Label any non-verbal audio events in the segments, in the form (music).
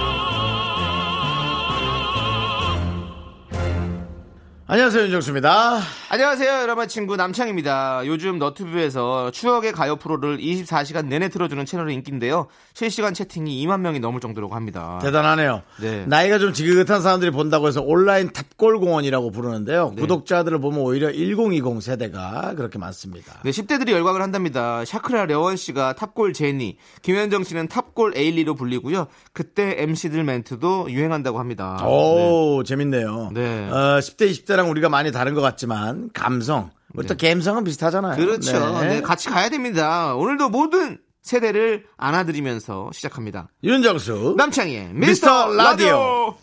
안녕하세요 윤정수입니다. 안녕하세요, 여러분 친구 남창입니다. 요즘 너튜브에서 추억의 가요 프로를 24시간 내내 틀어주는 채널이 인기인데요. 실시간 채팅이 2만 명이 넘을 정도라고 합니다. 대단하네요. 아, 네. 나이가 좀 지긋한 사람들이 본다고 해서 온라인 탑골공원이라고 부르는데요. 네. 구독자들을 보면 오히려 1020 세대가 그렇게 많습니다. 네, 10대들이 열광을 한답니다. 샤크라 려원 씨가 탑골 제니, 김현정 씨는 탑골 에일리로 불리고요. 그때 MC들 멘트도 유행한다고 합니다. 오 재밌네요. 아, 네. 어, 10대 20대랑 우리 우리가 많이 다른 것 같지만 감성 우리 또 감성은 비슷하잖아요. 네. 그렇죠. 네. 네, 같이 가야 됩니다. 오늘도 모든 세대를 안아드리면서 시작합니다. 윤정수 남창희의 미스터 미스터 라디오. 라디오.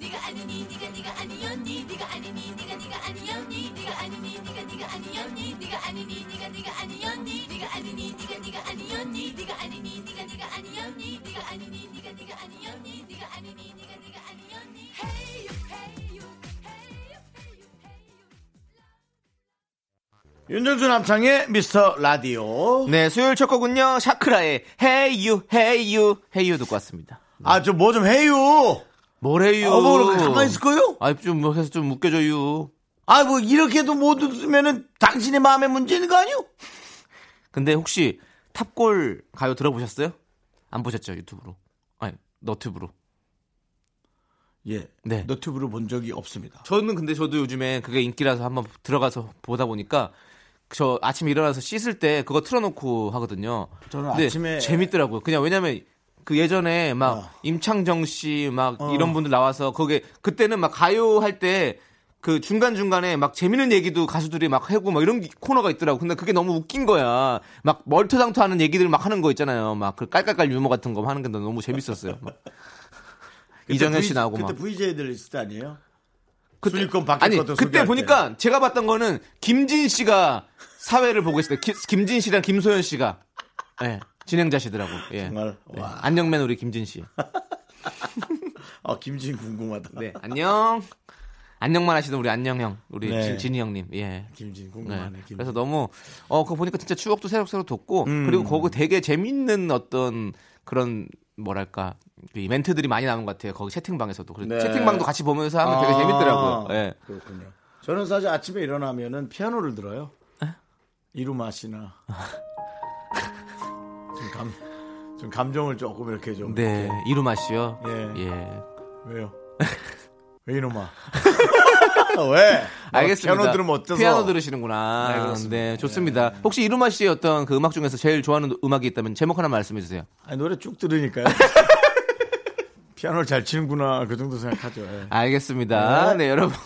네가 아니니 네가 네가 아니었니 네가 아니니 네가 네가 아니었니 네가 아니니 네가 네가 아니었니 네가 아니니 네가 네가 아니었니 네가 아니니 네가 네가 아니었니 네가 아니니 네가 네가 아니었니 네가 아니니 네가 네가 아니었니 네가 아니니 네가 네가 아니었니 헤이 헤이 헤이 윤정수 남창의 미스터 라디오. 네, 수요일 첫 곡은요. 샤크라의 Hey You, Hey You, Hey You 듣고 왔습니다. 아 저 뭐 좀 해요. 뭐래요? 어머 그렇게 가만히 있을 거요? 아이 좀뭐 해서 좀 웃겨줘요. 아 뭐 이렇게도 못 웃으면은 당신의 마음의 문제인 거 아니요? 근데 혹시 탑골 가요 들어보셨어요? 안 보셨죠 유튜브로? 아니 너튜브로. 예. 네. 너튜브로 본 적이 없습니다. 저는 근데 저도 요즘에 그게 인기라서 한번 들어가서 보다 보니까 저 아침에 일어나서 씻을 때 그거 틀어놓고 하거든요. 저는 근데 아침에- 재밌더라고요. 그냥 왜냐면 그 예전에 막 어. 임창정 씨 막 어. 이런 분들 나와서 거기에 그때는 막 가요 할 때 그 중간 중간에 막 재밌는 얘기도 가수들이 막 하고 막 이런 기- 코너가 있더라고. 근데 그게 너무 웃긴 거야. 막 멀토당토하는 얘기들 막 하는 거 있잖아요. 막 그 깔깔깔 유머 같은 거 하는 게 너무 재밌었어요. 막. 이정현 씨 나오고 막 그때 VJ들 있을 때 아니에요? 그때- 수익권 바뀔 아니, 것도 그때 소개할 보니까 제가 봤던 거는 김진 씨가 사회를 보고 있을 때 기- 김진 씨랑 김소연 씨가 예, 진행자시더라고. 예. 정말? 네. 와. 안녕맨 우리 (laughs) 김진 씨. 아 김진 궁금하다. 네. 안녕. 안녕만 하시던 우리 안녕 형, 우리 네. 진, 진이 형님. 예. 김진 네. 궁금하네. 김진. 음. 그래서 너무 어 그거 보니까 진짜 추억도 새록새록 돋고 그리고 거기 되게 재밌는 어떤 그런 뭐랄까 그 이벤트들이 많이 나온 것 같아요. 거기 채팅방에서도 그리고 네. 채팅방도 같이 보면서 하면 되게 아. 재밌더라고요. 예. 그렇군요. 저는 사실 아침에 일어나면은 피아노를 들어요. 이루마 씨나 좀 감, 좀 감정을 조금 이렇게 좀. 네, 이루마 씨요. 예. 예. 이렇게. (laughs) 왜요? 왜 이놈아? (laughs) 왜? 뭐 알겠습니다. 어, 피아노 들으면 어때서? 피아노 들으시는구나. 네, 네, 그렇습니다. 좋습니다. 혹시 이루마 씨의 어떤 그 음악 중에서 제일 좋아하는 음악이 있다면 제목 하나 말씀해 주세요. 아니, 노래 쭉 들으니까요. 피아노를 잘 치는구나 그 정도 생각하죠. 예. 알겠습니다. 네. 네, 여러분. (laughs)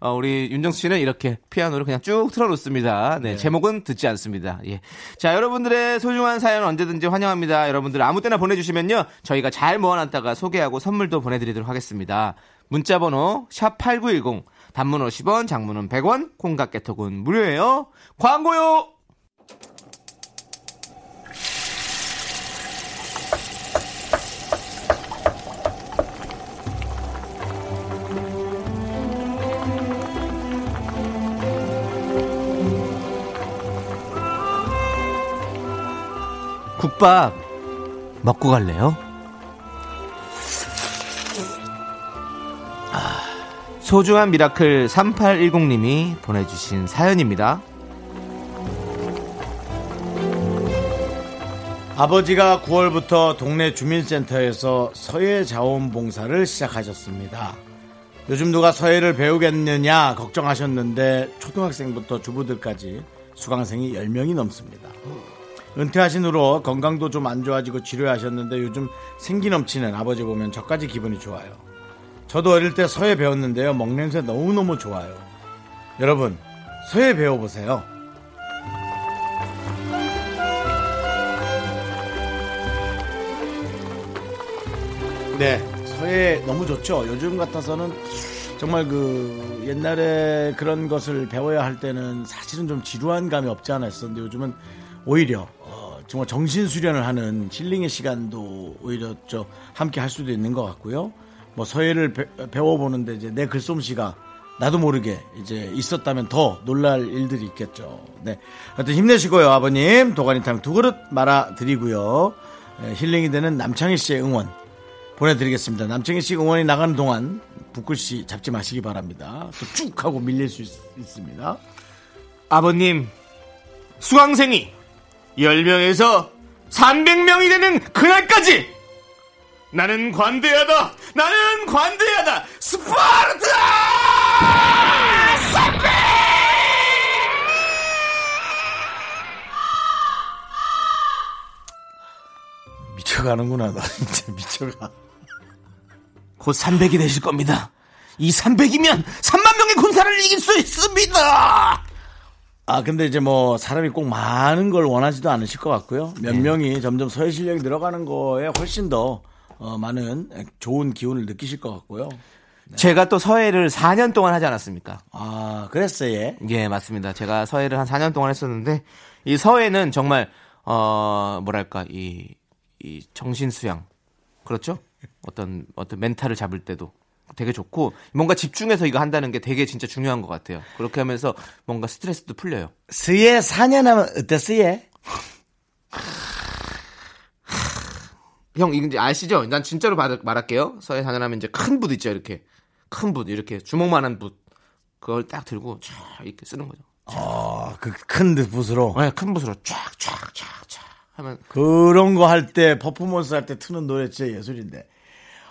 어, 우리 윤정수 씨는 이렇게 피아노를 그냥 쭉 틀어놓습니다. 네, 제목은 듣지 않습니다. 예. 자, 여러분들의 소중한 사연 언제든지 환영합니다. 여러분들 아무 때나 보내주시면요. 저희가 잘 모아놨다가 소개하고 선물도 보내드리도록 하겠습니다. 문자번호 샵8910 단문 50원, 장문은 100원, 콩깍개톡은 무료예요. 광고요! 국밥 먹고 갈래요? 아, 소중한 미라클 3810님이 보내주신 사연입니다. 아버지가 9월부터 동네 주민센터에서 서예 자원봉사를 시작하셨습니다. 요즘 누가 서예를 배우겠느냐 걱정하셨는데 초등학생부터 주부들까지 수강생이 10명이 넘습니다. 은퇴하신 후로 건강도 좀 안 좋아지고 치료하셨는데 요즘 생기 넘치는 아버지 보면 저까지 기분이 좋아요. 저도 어릴 때 서예 배웠는데요. 먹냄새 너무너무 좋아요. 여러분, 서예 배워보세요. 네. 서예 너무 좋죠. 요즘 같아서는 정말 그 옛날에 그런 것을 배워야 할 때는 사실은 좀 지루한 감이 없지 않아 있었는데 요즘은 오히려 어, 정말 정신 수련을 하는 힐링의 시간도 오히려 저 함께 할 수도 있는 것 같고요. 뭐 서예를 배, 워보는데 이제 내 글솜씨가 나도 모르게 이제 있었다면 더 놀랄 일들이 있겠죠. 네. 하여튼 힘내시고요, 아버님. 도가니탕 두 그릇 말아 드리고요. 예, 힐링이 되는 남창희 씨의 응원 보내드리겠습니다. 남청희 씨 응원이 나가는 동안 북글 씨 잡지 마시기 바랍니다. 또 쭉 하고 밀릴 수 있, 습니다 아버님, 수강생이 10명에서 300명이 되는 그날까지 나는 관대하다! 나는 관대하다! 스파르타! 아, 미쳐가는구나, 나 진짜 미쳐가. 곧 300이 되실 겁니다. 이 300이면 3만 명의 군사를 이길 수 있습니다! 아, 근데 이제 뭐 사람이 꼭 많은 걸 원하지도 않으실 것 같고요. 몇 명이 점점 서해 실력이 늘어가는 거에 훨씬 더 어, 많은 좋은 기운을 느끼실 것 같고요. 제가 또 서해를 4년 동안 하지 않았습니까? 아, 그랬어요. 예. 예, 맞습니다. 제가 서해를 한 4년 동안 했었는데 이 서해는 정말 어 뭐랄까 이, 이 정신 수양 그렇죠? 어떤 어떤 멘탈을 잡을 때도 되게 좋고 뭔가 집중해서 이거 한다는 게 되게 진짜 중요한 것 같아요. 그렇게 하면서 뭔가 스트레스도 풀려요. 스예 4년 하면 어땠어요? 형 이거 이제 아시죠? 난 진짜로 말, 말할게요. 서해 4년 하면 이제 큰 붓 있죠, 이렇게 큰 붓, 이렇게 주먹만한 붓 그걸 딱 들고 쫙 이렇게 쓰는 거죠. 아, 그큰 붓으로. 네, 큰 붓으로 쫙쫙쫙쫙 하면 그런 거 할 때 퍼포먼스 할 때 트는 노래 진짜 예술인데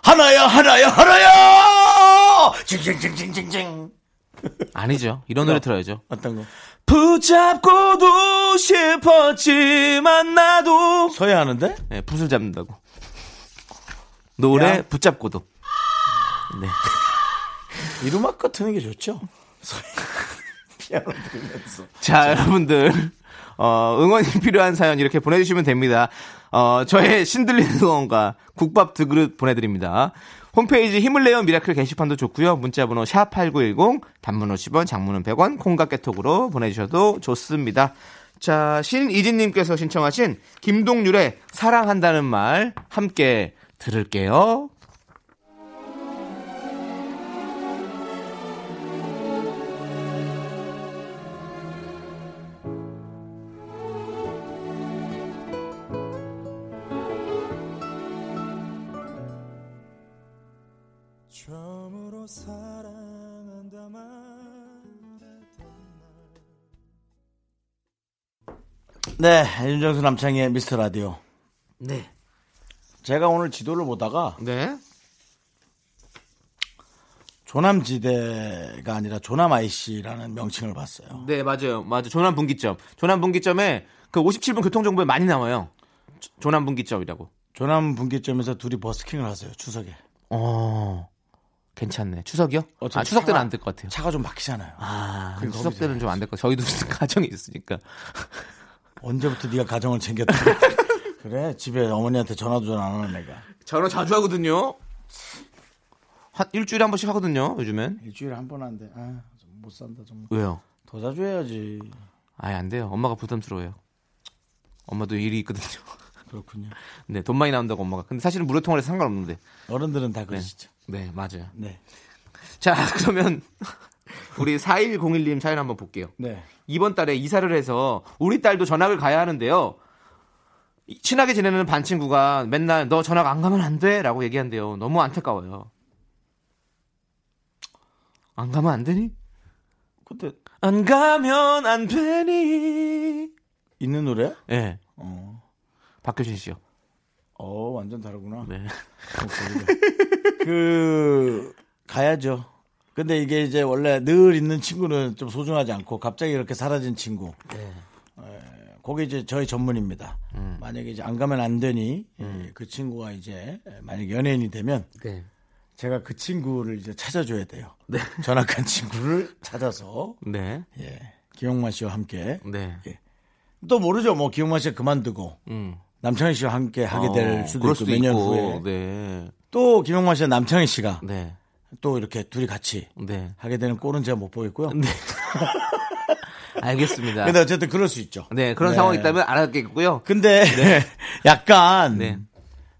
하나야 하나야 하나야 징징징징징징 아니죠. 이런 노래 들어야죠. 어떤 거 붙잡고도 싶었지만 나도 서해하는데 네, 붓을 잡는다고 노래 야. 붙잡고도 네. 이루마커 트는 게 좋죠 서해 피아노 들으면서 자 여러분들 (laughs) 어, 응원이 (laughs) 필요한 사연 이렇게 보내주시면 됩니다 어, 저의 신들린 응원과 국밥 두 그릇 보내드립니다 홈페이지 힘을 내요 미라클 게시판도 좋고요 문자번호 샵8910 단문 50원 장문은 100원 콩과 깨톡으로 보내주셔도 좋습니다 자 신이진님께서 신청하신 김동률의 사랑한다는 말 함께 들을게요 네 윤정수 남창의 미스터 라디오 네 제가 오늘 지도를 보다가 네. 조남지대가 아니라 조남 IC라는 명칭을 봤어요 네, 맞아요. 맞아요. 조남 분기점. 조남 분기점에 그 57분 교통정보에 많이 나와요. 조- 조남 분기점이라고. 조남 분기점에서 둘이 버스킹을 하세요 추석에 어, 괜찮네. 추석이요? 어차피 아, 추석 때는 차가- 안 될 것 같아요. 차가 좀 막히잖아요 아, 그럼 추석 거기서 때는 좀 안 될 것 같아요. 저희도 (laughs) 가정이 있으니까. 언제부터 네가 가정을 챙겼다 (laughs) 그래 집에 어머니한테 전화도 전화 안 하는 애가 전화 자주 하거든요. 한 일주일에 한 번씩 하거든요, 요즘엔. 일주일에 한 번 한대. 아, 못 산다 정말. 왜요? 더 자주 해야지. 아예 안 돼요. 엄마가 부담스러워요. 엄마도 일이 있거든요. (laughs) 그렇군요. 네, 돈 많이 나온다고 엄마가. 근데 사실은 무료 통화라서 상관없는데. 어른들은 다 그러시죠. 네, 맞아요. 네. 자, (laughs) 그러면 우리 4101님 사연 한번 볼게요. 네. 이번 달에 이사를 해서 우리 딸도 전학을 가야 하는데요. 친하게 지내는 반 친구가 맨날 너 전학 안 가면 안 돼라고 얘기한대요. 너무 안타까워요. 안 가면 안 되니? 근데 안 가면 안 되니? 있는 노래? 예. 어. 박효신 씨요. 어, 완전 다르구나. 네. 목소리가. (laughs) 그 가야죠. 근데 이게 이제 원래 늘 있는 친구는 좀 소중하지 않고 갑자기 이렇게 사라진 친구. 네, 에, 그게 이제 저희 전문입니다. 만약에 이제 안 가면 안 되니 예, 그 친구가 이제 만약 연예인이 되면 네. 제가 그 친구를 이제 찾아줘야 돼요. 전학한 친구를 찾아서 네. 예. 기영만 씨와 함께 네. 또 모르죠. 뭐 기영만 씨가 그만두고 음. 남창희 씨와 함께 하게 될 어, 수도 그럴 있고 몇 년 후에 네. 또 김영만 씨와 남창희 씨가 네. 또 이렇게 둘이 같이 네. 하게 되는 꼴은 제가 못 보겠고요. 네. (laughs) 알겠습니다. 근데 어쨌든 그럴 수 있죠. 네, 그런 상황이 있다면 알았겠고요. 근데 (laughs) 약간 네.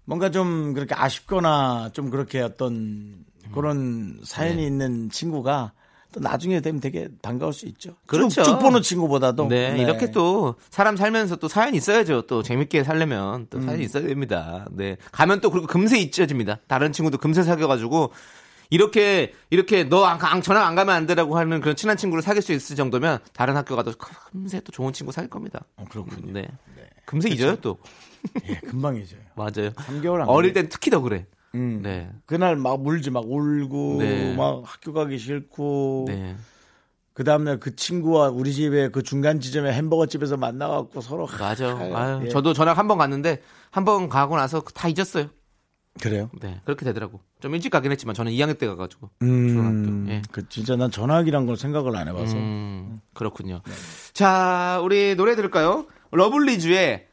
뭔가 좀 그렇게 아쉽거나 좀 그렇게 음. 어떤 그런 네. 사연이 있는 친구가 또 나중에 되면 되게 반가울 수 있죠. 그렇죠. 쭉, 쭉 보는 친구보다도 네, 이렇게 또 사람 살면서 또 사연이 있어야죠. 또 재밌게 살려면 또 음. 사연이 있어야 됩니다. 네. 가면 또 그리고 금세 잊혀집니다. 다른 친구도 금세 사귀어가지고 이렇게 이렇게 너 안, 안, 전학 안 가면 안 되라고 하는 그런 친한 친구를 사귈 수 있을 정도면 다른 학교 가도 금세 또 좋은 친구 사귈 겁니다. 어, 그렇군요. 네. 금세 잊어요 또. 예, 금방 잊어요. 맞아요. 3개월 안 어릴 걸려요. 땐 특히 더 그래. 음. 네. 그날 막 울지 막 울고 네. 막 학교 가기 싫고 네. 그 다음날 그 친구와 우리 집에 그 중간 지점에 햄버거 집에서 만나갖고 서로 맞아요. 하하하. 아유, 예. 저도 전학 한 번 갔는데 한 번 가고 나서 다 잊었어요. 그래요. 네, 그렇게 되더라고. 좀 일찍 가긴 했지만 저는 2학년 때 가가지고 음, 중학교. 예. 그 진짜 난 전화기란 걸 생각을 안 해봐서 음, 그렇군요. 자, 우리 노래 들을까요? 러블리즈의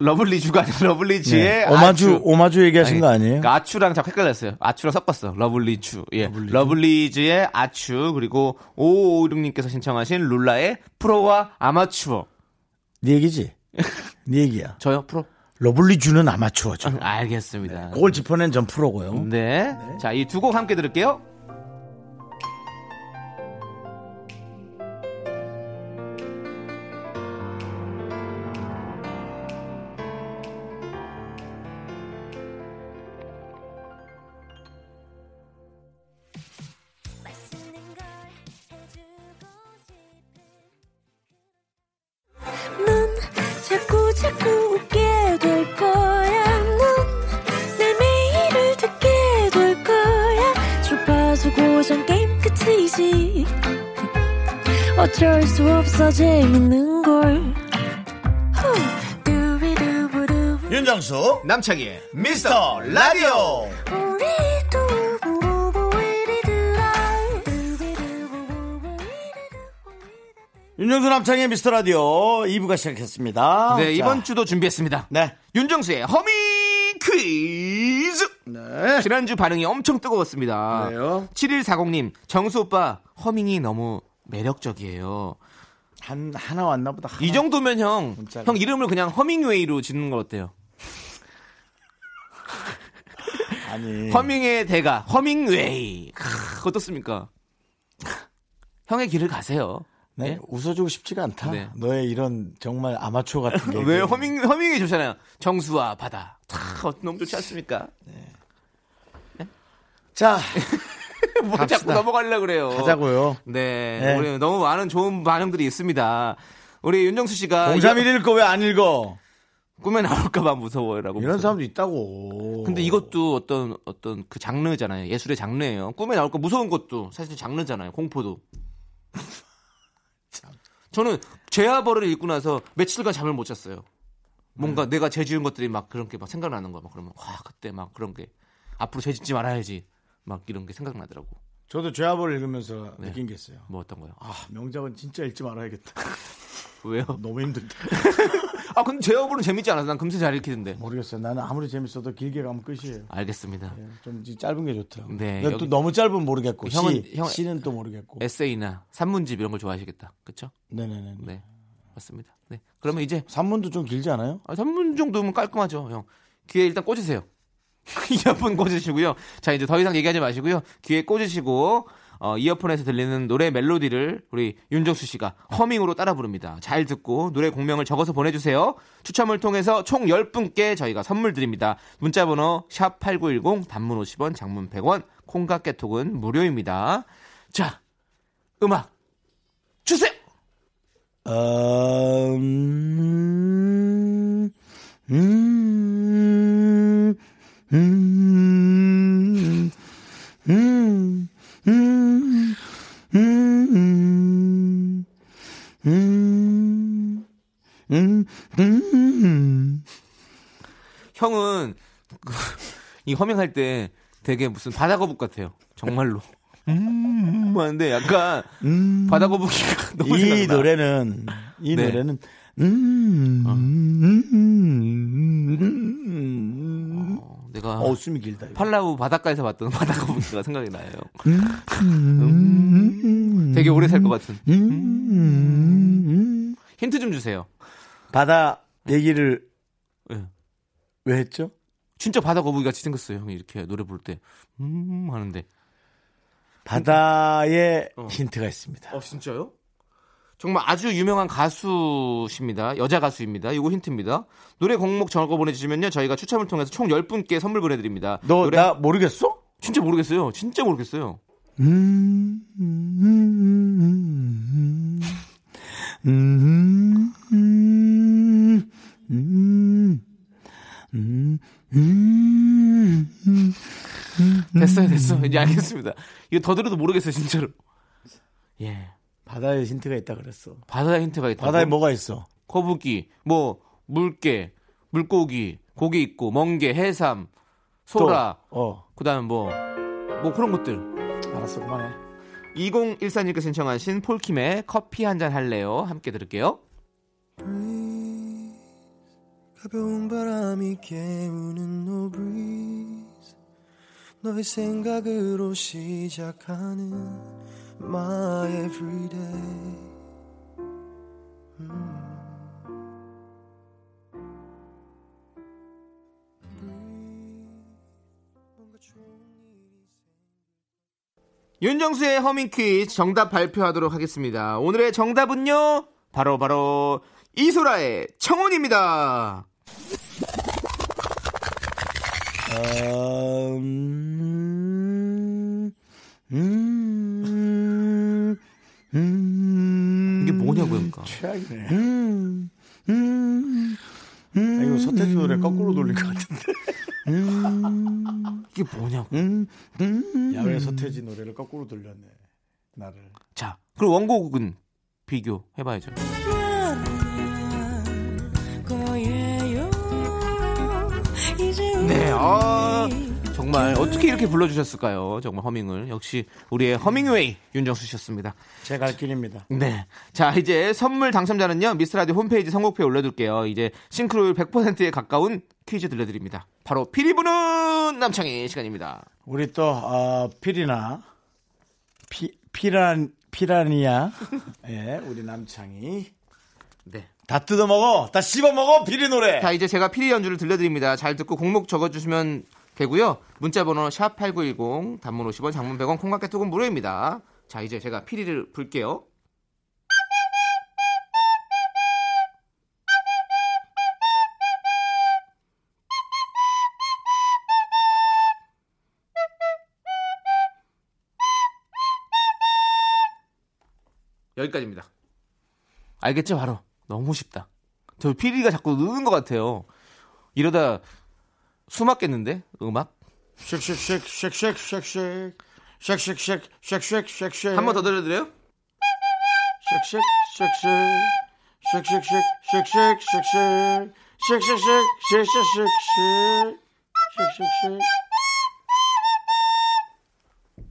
러블리즈가 아니라 러블리즈의 네. 오마주 아추. 오마주 얘기하신 거 아니에요? 그러니까 아추랑 자꾸 헷갈렸어요. 아추랑 섞었어. 러블리즈. 예. 러블리즈? 러블리즈? 의 아추 그리고 5556님께서 신청하신 룰라의 프로와 아마추어. 네 얘기지. 네 얘기야. 저요, 프로. (laughs) 러블리주는 아마추어죠. 알겠습니다. 그걸 짚어낸 전 프로고요. 네. 자, 이 두 곡 함께 들을게요. 넌 자꾸 자꾸 웃게 될 거야. 넌내 매일을 듣게 될 거야. 주파수 고정 게임 끝이지. 어쩔 수 없어 재밌는 걸. 후. 두비두부두. 윤정수 남창희의 음. 미스터 라디오 우리 두부부부 우리 두라. 두비두부부부 우리 윤정수 남창의 미스터 라디오 2부가 시작했습니다. 자, 네, 이번 주도 준비했습니다. 네. 윤정수의 허밍 퀴즈! 네. 지난주 반응이 엄청 뜨거웠습니다. 그래요? 7140님, 정수 오빠, 허밍이 너무 매력적이에요. 한 하나 왔나 보다. 하나. 이 정도면 형, 문자가. 형 이름을 그냥 허밍웨이로 짓는 건 어때요? 아니. 허밍의 대가, 허밍웨이. 크, 어떻습니까? 형의 길을 가세요. 네, 예? 웃어주고 싶지가 않다. 네. 너의 이런 정말 아마추어 같은 게. (laughs) 예? 왜 허밍, 허밍이 좋잖아요. 정수와 바다. 탁, 너무 좋지 않습니까? 자, 뭐 자꾸 갑시다. 넘어가려고 그래요. 가자고요. 네, 네. 우리 너무 많은 좋은 반응들이 있습니다. 우리 윤정수 씨가 공삼일 이거 읽을 거 왜 안 읽어? 꿈에 나올까봐 무서워요라고. 이런 뭐 무서워요. 사람도 있다고. 근데 이것도 어떤 어떤 그 장르잖아요. 예술의 장르예요. 꿈에 나올까 무서운 것도 사실 장르잖아요. 공포도. (laughs) 저는 제아벌을 읽고 나서 며칠간 잠을 못 잤어요. 뭔가 네. 내가 재지은 것들이 막 그런 게 막 생각나는 거야. 막 그러면 와 그때 막 그런 게 앞으로 재짓지 말아야지. 막 이런 게 생각나더라고. 저도 죄압을 읽으면서 느낀 게 있어요. 뭐 어떤 거요? 아, 명작은 진짜 읽지 말아야겠다. (laughs) 왜요? 너무 힘들다. 아 근데 제어부는 재밌지 않아서 난 금세 잘 읽히던데. 모르겠어요. 나는 아무리 재밌어도 길게 가면 끝이에요. 네, 알겠습니다. 좀 이제 짧은 게 좋더라고요. 네, 근데 또 여기- 너무 짧으면 모르겠고. 형은- 시, 형- 시는 또 모르겠고. 에세이나 산문집 이런 걸 좋아하시겠다. 그렇죠? 네네네. 네. 맞습니다. 네. 그러면 이제 산문도 좀 길지 않아요? 아, 3분 정도면 깔끔하죠, 형. 귀에 일단 꽂으세요. (laughs) 이어폰 꽂으시고요. 자, 이제 더 이상 얘기하지 마시고요. 귀에 꽂으시고 어, 이어폰에서 들리는 노래 멜로디를 우리 윤정수 씨가 허밍으로 따라 부릅니다. 잘 듣고 노래 공명을 적어서 보내주세요. 추첨을 통해서 총 10분께 저희가 선물 드립니다. 문자번호 샵8910 단문 50원 장문 100원 콩과 깨톡은 무료입니다. 자, 음악 주세요! 음, 음, 음, 음, 음, 음, 음, 음, 음. 형은 그- (laughs) 이 허밍할 때 되게 무슨 바다거북 같아요. 정말로. 음 하는데 약간 바다거북이가 (laughs) 너무 이 생각나. 노래는 이 네. 노래는 음, 음, 음, 음, 음, 어, 내가 어 숨이 길다. 이거. 팔라우 바닷가에서 봤던 (laughs) 바닷가 분수가 생각이 나요. 음. 되게 오래 살 것 같은. 힌트 좀 주세요. 바다 얘기를 예. 왜 했죠? 진짜 바다 거북이 같이 생겼어요. 형이 이렇게 노래 부를 때. 음, 하는데. 바다에 어. 힌트가 있습니다. 진짜요? 정말 아주 유명한 가수십니다. 여자 가수입니다. 이거 힌트입니다. 노래 곡목 적어 보내주시면요. 저희가 추첨을 통해서 총 10분께 선물 보내드립니다. 너 노래- 나 모르겠어? 진짜 모르겠어요. 진짜 모르겠어요. 음. 됐어요, 됐어. 이제 알겠습니다. 이거 더 들어도 모르겠어요, 진짜로. 예. 바다에 힌트가 있다 그랬어. 바다에 힌트가 있다. 바다에 뭐가 있어? 거북이, 뭐, 물개, 물고기, 고기 있고, 멍게, 해삼, 소라, 또, 어 그 다음에 뭐, 뭐 그런 것들. 알았어 그만해. 2014님께서 신청하신 폴킴의 커피 한 잔 할래요? 함께 들을게요. 가벼운 바람이 깨우는 no breeze 너의 생각으로 시작하는 my everyday 윤정수의 허밍 퀴즈 정답 발표하도록 하겠습니다. 오늘의 정답은요. 바로 바로 이소라의 청혼입니다. 음, 음, 음, 이게 뭐냐고요, 그러니까. 최악이네. 아, 이거 서태지 노래 거꾸로 돌릴 것 같은데. 이게 뭐냐고. 야, 왜 서태지 노래를 거꾸로 돌렸네. 나를. 자, 그럼 원곡은 비교해봐야죠. 거예요. 이제 네, 아, 우리 정말 어떻게 이렇게 불러주셨을까요? 정말 허밍을. 역시 우리의 허밍웨이 윤정수 씨였습니다. 제 갈 길입니다. 네. 자, 이제 선물 당첨자는요, 미스라디 홈페이지 선곡표에 올려둘게요. 이제 싱크로율 100%에 가까운 퀴즈 들려드립니다. 바로 피리 부는 남창희 시간입니다. 우리 또, 어, 피리나, 피, 피란, (laughs) 피라니아. 예, 우리 남창이. 네. 다 뜯어먹어! 다 씹어먹어! 피리 노래! 자, 이제 제가 피리 연주를 들려드립니다. 잘 듣고 곡목 적어주시면 되고요. 문자번호 샵8910, 단문 50원, 장문 100원, 콩깍개 뚜금 무료입니다. 자, 이제 제가 피리를 불게요. 여기까지입니다. 알겠죠? 바로. 너무 쉽다. 저 피디가 자꾸 느는 것 같아요. 이러다 숨막겠는데 음악? 쉑쉑쉑쉑쉑쉑쉑. 쉑쉑쉑쉑쉑쉑쉑. 한 번 더 들려드려요?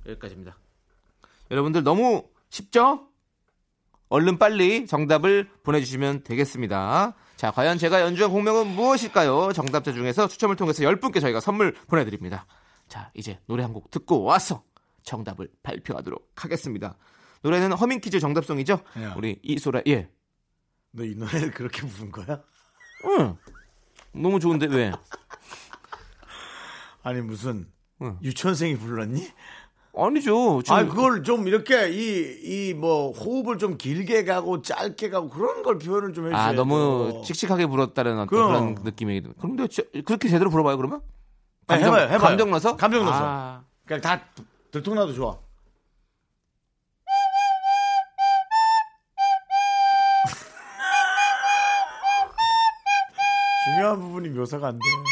여기까지입니다. 여러분들 너무 쉽죠? 얼른 빨리 정답을 보내주시면 되겠습니다. 자, 과연 제가 연주한 공명은 무엇일까요? 정답자 중에서 추첨을 통해서 10분께 저희가 선물 보내드립니다. 자, 이제 노래 한 곡 듣고 와서 정답을 발표하도록 하겠습니다. 노래는 허밍 퀴즈 정답송이죠? 예. 우리 이소라, 예. 너 이 노래를 그렇게 부른 거야? 응. 너무 좋은데, 왜? 아니 무슨 응. 유치원생이 불렀니? 아니죠. 지금 아 그걸 좀 이렇게 이 이 뭐 호흡을 좀 길게 가고 짧게 가고 그런 걸 표현을 좀 해줘야 아 너무 칙칙하게 불었다는 어떤 그럼. 그런 느낌이 그럼 내가 저- 그렇게 제대로 불어봐요 그러면 아니, 해봐요, 해봐요. 감정 넣어서 감정 넣어서. 아, 그냥 다 들통나도 좋아. 중요한 부분이 묘사가 안 돼. (laughs)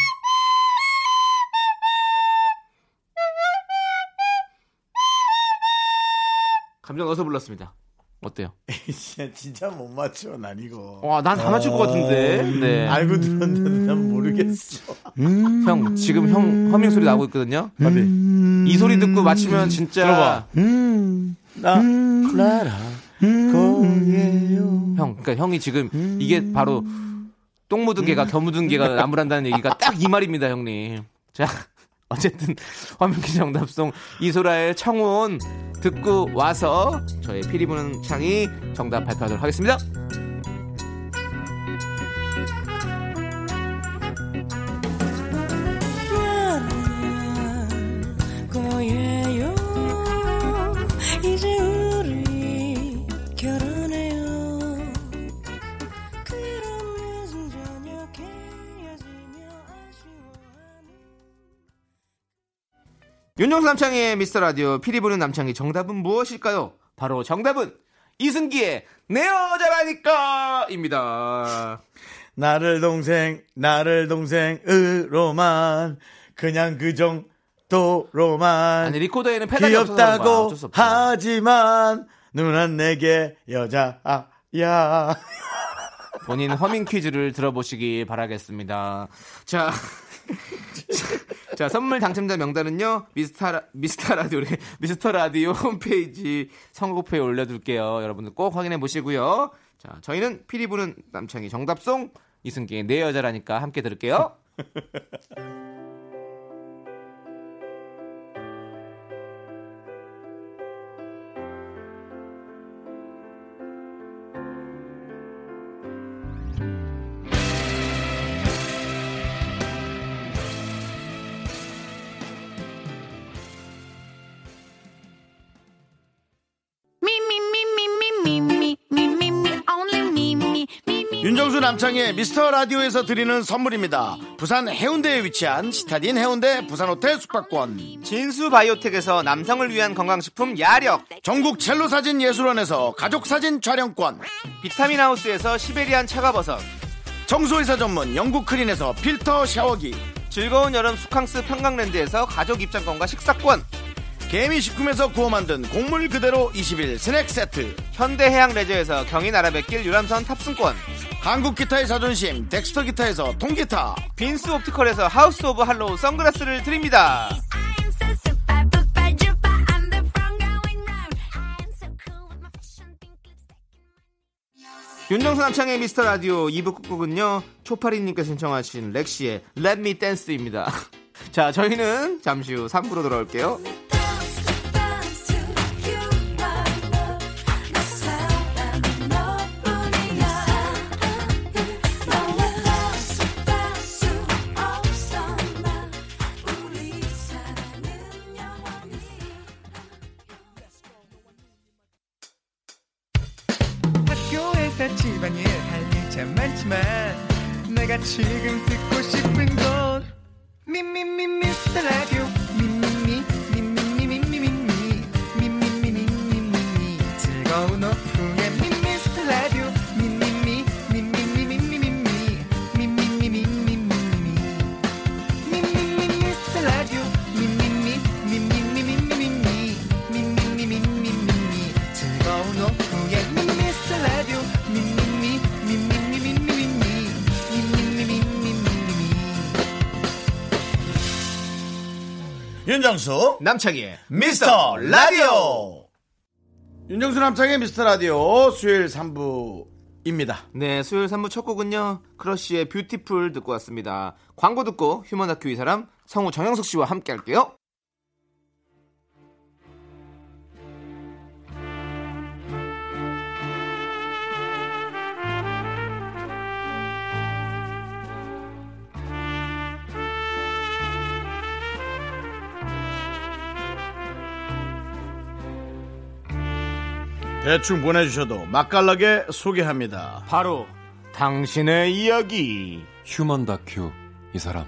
감정 넣어서 불렀습니다 어때요 어, 아, 진짜 진짜 못 맞춰 난 이거. 어, 와난 다 맞출 것 같은데 네. 알고 들었는데 난 모르겠어. 음. 형 지금 형 허밍 소리 나고 있거든요 어디? 이 소리 듣고 맞추면 진짜 나 음, 나라 거예요. 형 그러니까 형이 지금 음. 이게 바로 똥 묻은 개가 겨 묻은 개가 나무란다는 얘기가 딱 이 말입니다 형님 자, (laughs) 어쨌든 화면기 정답송 이소라의 청혼 듣고 와서 저의 피리 부는 창이 정답 발표하도록 하겠습니다. 만날 거예요. 이제 우리 결혼해요. 그럼 늦은 저녁에 헤어지며 아쉬워하는 윤정수 남창희의 미스터 라디오 피리 부는 남창희 정답은 무엇일까요? 바로 정답은 이승기의 내 여자라니까입니다. 나를 동생, 나를 동생으로만 그냥 그 정도로만 아니 리코더에는 페달이 없어서 그런 거야. 귀엽다고 어쩔 수 없죠. 하지만 누난 내게 여자야. 본인 허밍 퀴즈를 들어보시기 바라겠습니다. 자. 자, 선물 당첨자 명단은요, 미스터, 미스터 라디오, 미스터 라디오 홈페이지 선곡표에 올려둘게요. 여러분들 꼭 확인해 보시고요. 자, 저희는 피리 부는 남창희 정답송, 이승기의 내 여자라니까 함께 들을게요. 윤정수 남창의 미스터 라디오에서 드리는 선물입니다. 부산 해운대에 위치한 시타딘 해운대 부산 호텔 숙박권. 진수 바이오텍에서 남성을 위한 건강식품 야력, 전국 첼로 사진 예술원에서 가족 사진 촬영권. 비타민 하우스에서 시베리안 차가버섯, 청소회사 전문 영국 크린에서 필터 샤워기. 즐거운 여름 수캉스 평강랜드에서 가족 입장권과 식사권, 개미 식품에서 구워 만든 곡물 그대로 20일 스낵 세트. 현대해양 레저에서 경인아라뱃길 유람선 탑승권, 한국 기타의 자존심 덱스터 기타에서 통기타. 빈스 옵티컬에서 하우스 오브 할로우 선글라스를 드립니다. 윤정수 남창의 미스터 라디오 2부 끝곡은요. 초파리님께서 신청하신 렉시의 Let Me Dance입니다. (laughs) 자, 저희는 잠시 후 3부로 돌아올게요. 학교에서 집안일 할 일 참 많지만 내가 지금 듣고 싶은 건 미미미 미스터 라디오 미미미 미미미 미미미 미미미 미미미 즐거운 오후에 미스터 라디오 미미미 미미미 미미미 미미미 미미미 윤정수 남창희의 미스터 라디오. 윤정수 남창의 미스터 라디오 수요일 3부입니다. 네, 수요일 3부 첫 곡은요. 크러쉬의 뷰티풀 듣고 왔습니다. 광고 듣고 휴먼 다큐 이 사람 성우 정영석 씨와 함께 할게요. 대충 보내주셔도 맛깔나게 소개합니다. 바로 당신의 이야기. 휴먼 다큐 이 사람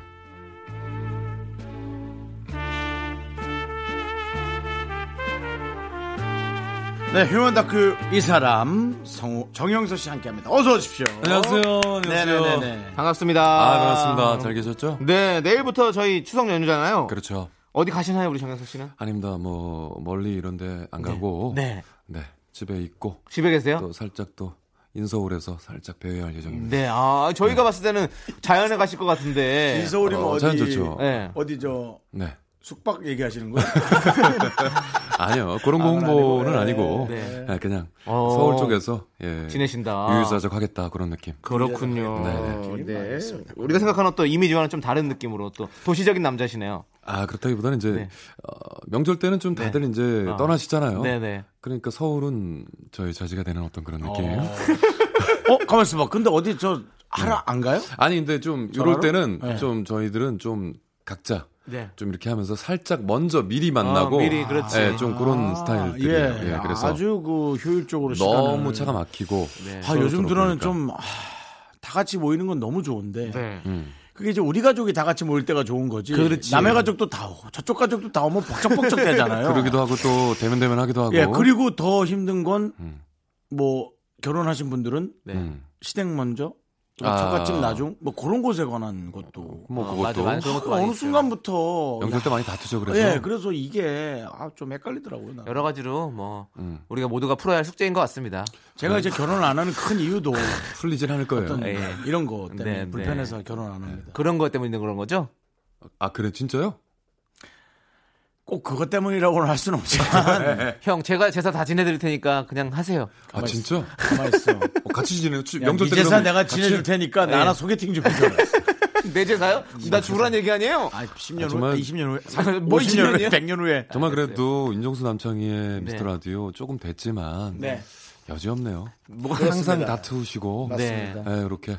네, 휴먼 다큐 이 사람 성우 정영서 씨 함께합니다. 어서 오십시오. 어? 네네네. 반갑습니다. 아 반갑습니다 잘 계셨죠 네, 내일부터 저희 추석 연휴잖아요. 그렇죠 어디 가시나요, 우리 정영석 씨는? 아닙니다 뭐 멀리 이런데 안 가고 네. 네, 집에 있고 집에 계세요? 또 살짝 또 인서울에서 살짝 배회할 예정입니다 네, 아, 저희가 봤을 때는 자연에 가실 것 같은데. 이서울이면 어, 어, 자연 디 좋죠. 네. 어디 저 네 숙박 얘기하시는 거예요? 아니요. 그런 거 아, 그건 홍보는 아니고. 아니고 네. 예, 그냥 어. 서울 쪽에서 예, 지내신다. 아. 유유자적 하겠다 그런 느낌. 그렇군요. 네, 네. 네. 우리가 생각하는 어떤 이미지와는 좀 다른 느낌으로 또 도시적인 남자시네요. 아 그렇다기보다는 이제 네. 어, 명절 때는 좀 다들 네. 이제 어. 떠나시잖아요. 네네. 그러니까 서울은 저의 자지가 되는 어떤 그런 느낌이에요. (laughs) 어, 가만 있어봐. 근데 어디 저 음. 하라 안 가요? 아니 근데 좀 전화로? 이럴 때는 네. 좀 저희들은 좀 각자 네. 좀 이렇게 하면서 살짝 먼저 미리 아, 만나고 미리, 그렇지. 예, 좀 그런 스타일들이에요. 예, 그래서 아, 아주 그 효율적으로 시간을. 너무 차가 막히고 네. 아, 서로 요즘 서로 들어는 그러니까. 좀, 아, 다 같이 모이는 건 너무 좋은데. 네. 음. 그게 이제 우리 가족이 다 같이 모일 때가 좋은 거지. 그렇지. 남의 가족도 다 오고, 저쪽 가족도 다 오면 (laughs) 벅적벅적 되잖아요. 그러기도 하고 또 대면 대면 하기도 하고 예, 그리고 더 힘든 건, 음. 뭐, 결혼하신 분들은 네. 음. 시댁 먼저, 아. 처갓집 나중, 뭐 그런 곳에 관한 것도. 뭐 아, 그것도 맞아, 맞아. 그런 것도 아, 어느 많이 있어요. 순간부터. 명절 때 많이 다투죠 그래서 예, 그래서 이게, 아, 좀 헷갈리더라고요. 나. 여러 가지로 뭐 음. 우리가 모두가 풀어야 할 숙제인 것 같습니다. 제가 이제 결혼을 안 하는 큰 이유도 풀리진 않을 거예요. 어떤 예. 이런 거 때문에 네, 네. 불편해서 결혼 안 합니다. 그런 것 때문에 그런 거죠? 아 그래 진짜요? 꼭 그것 때문이라고는 할 수는 없지만 형, 제가 제사 다 지내드릴 테니까 그냥 하세요. 아 진짜? 가만 있어. 야, 어, 같이 지내요? 치- 네 명절 때 제사 그러면 내가 같이- 지내줄 테니까 나나 소개팅 좀 해줘. 내 제사요? 나 주란 얘기 아니에요? 아, 10년 아, 후에, 정말- 20년 후에, 아, 30, 뭐 50년 후에, 20년 이요? 100년 후에. 정말 그래도 윤정수 남창희의 미스터 네. 라디오 조금 됐지만 네. 여지없네요. 뭐가 항상 다투시고 네. 맞습니다. 예, 이렇게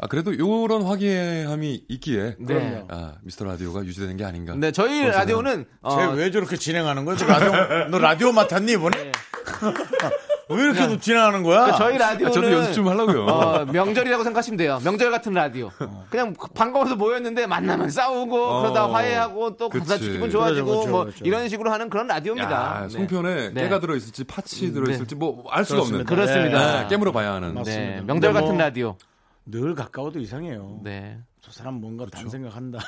아 그래도 요런 화기애애함이 있기에 네. 아, 미스터 라디오가 유지되는 게 아닌가. 네, 저희 벌써는- 라디오는 어, 쟤 왜 저렇게 진행하는 거야? 저 라디오, 너 라디오 맡았니 이번에? (laughs) 왜 이렇게 너 진행하는 거야? 그 저희 아, 라디오는 저도 연습 좀 하려고요. 어, 명절이라고 생각하시면 돼요. 명절 같은 라디오. 그냥 반가워서 모였는데 만나면 싸우고 어. 그러다 화해하고 또 그치. 가다 기분 좋아지고 그렇죠, 그렇죠, 뭐 그렇죠. 이런 식으로 하는 그런 라디오입니다. 야, 네. 송편에 네. 깨가 들어있을지 파치 들어있을지 뭐 알 수가 없는. 그렇습니다. 그렇습니다. 네, 깨물어 봐야 하는. 맞습니다. 네, 근데 명절 뭐- 같은 라디오. 늘 가까워도 이상해요. 네. 저 사람 뭔가를 단 그렇죠. (laughs) 생각한다.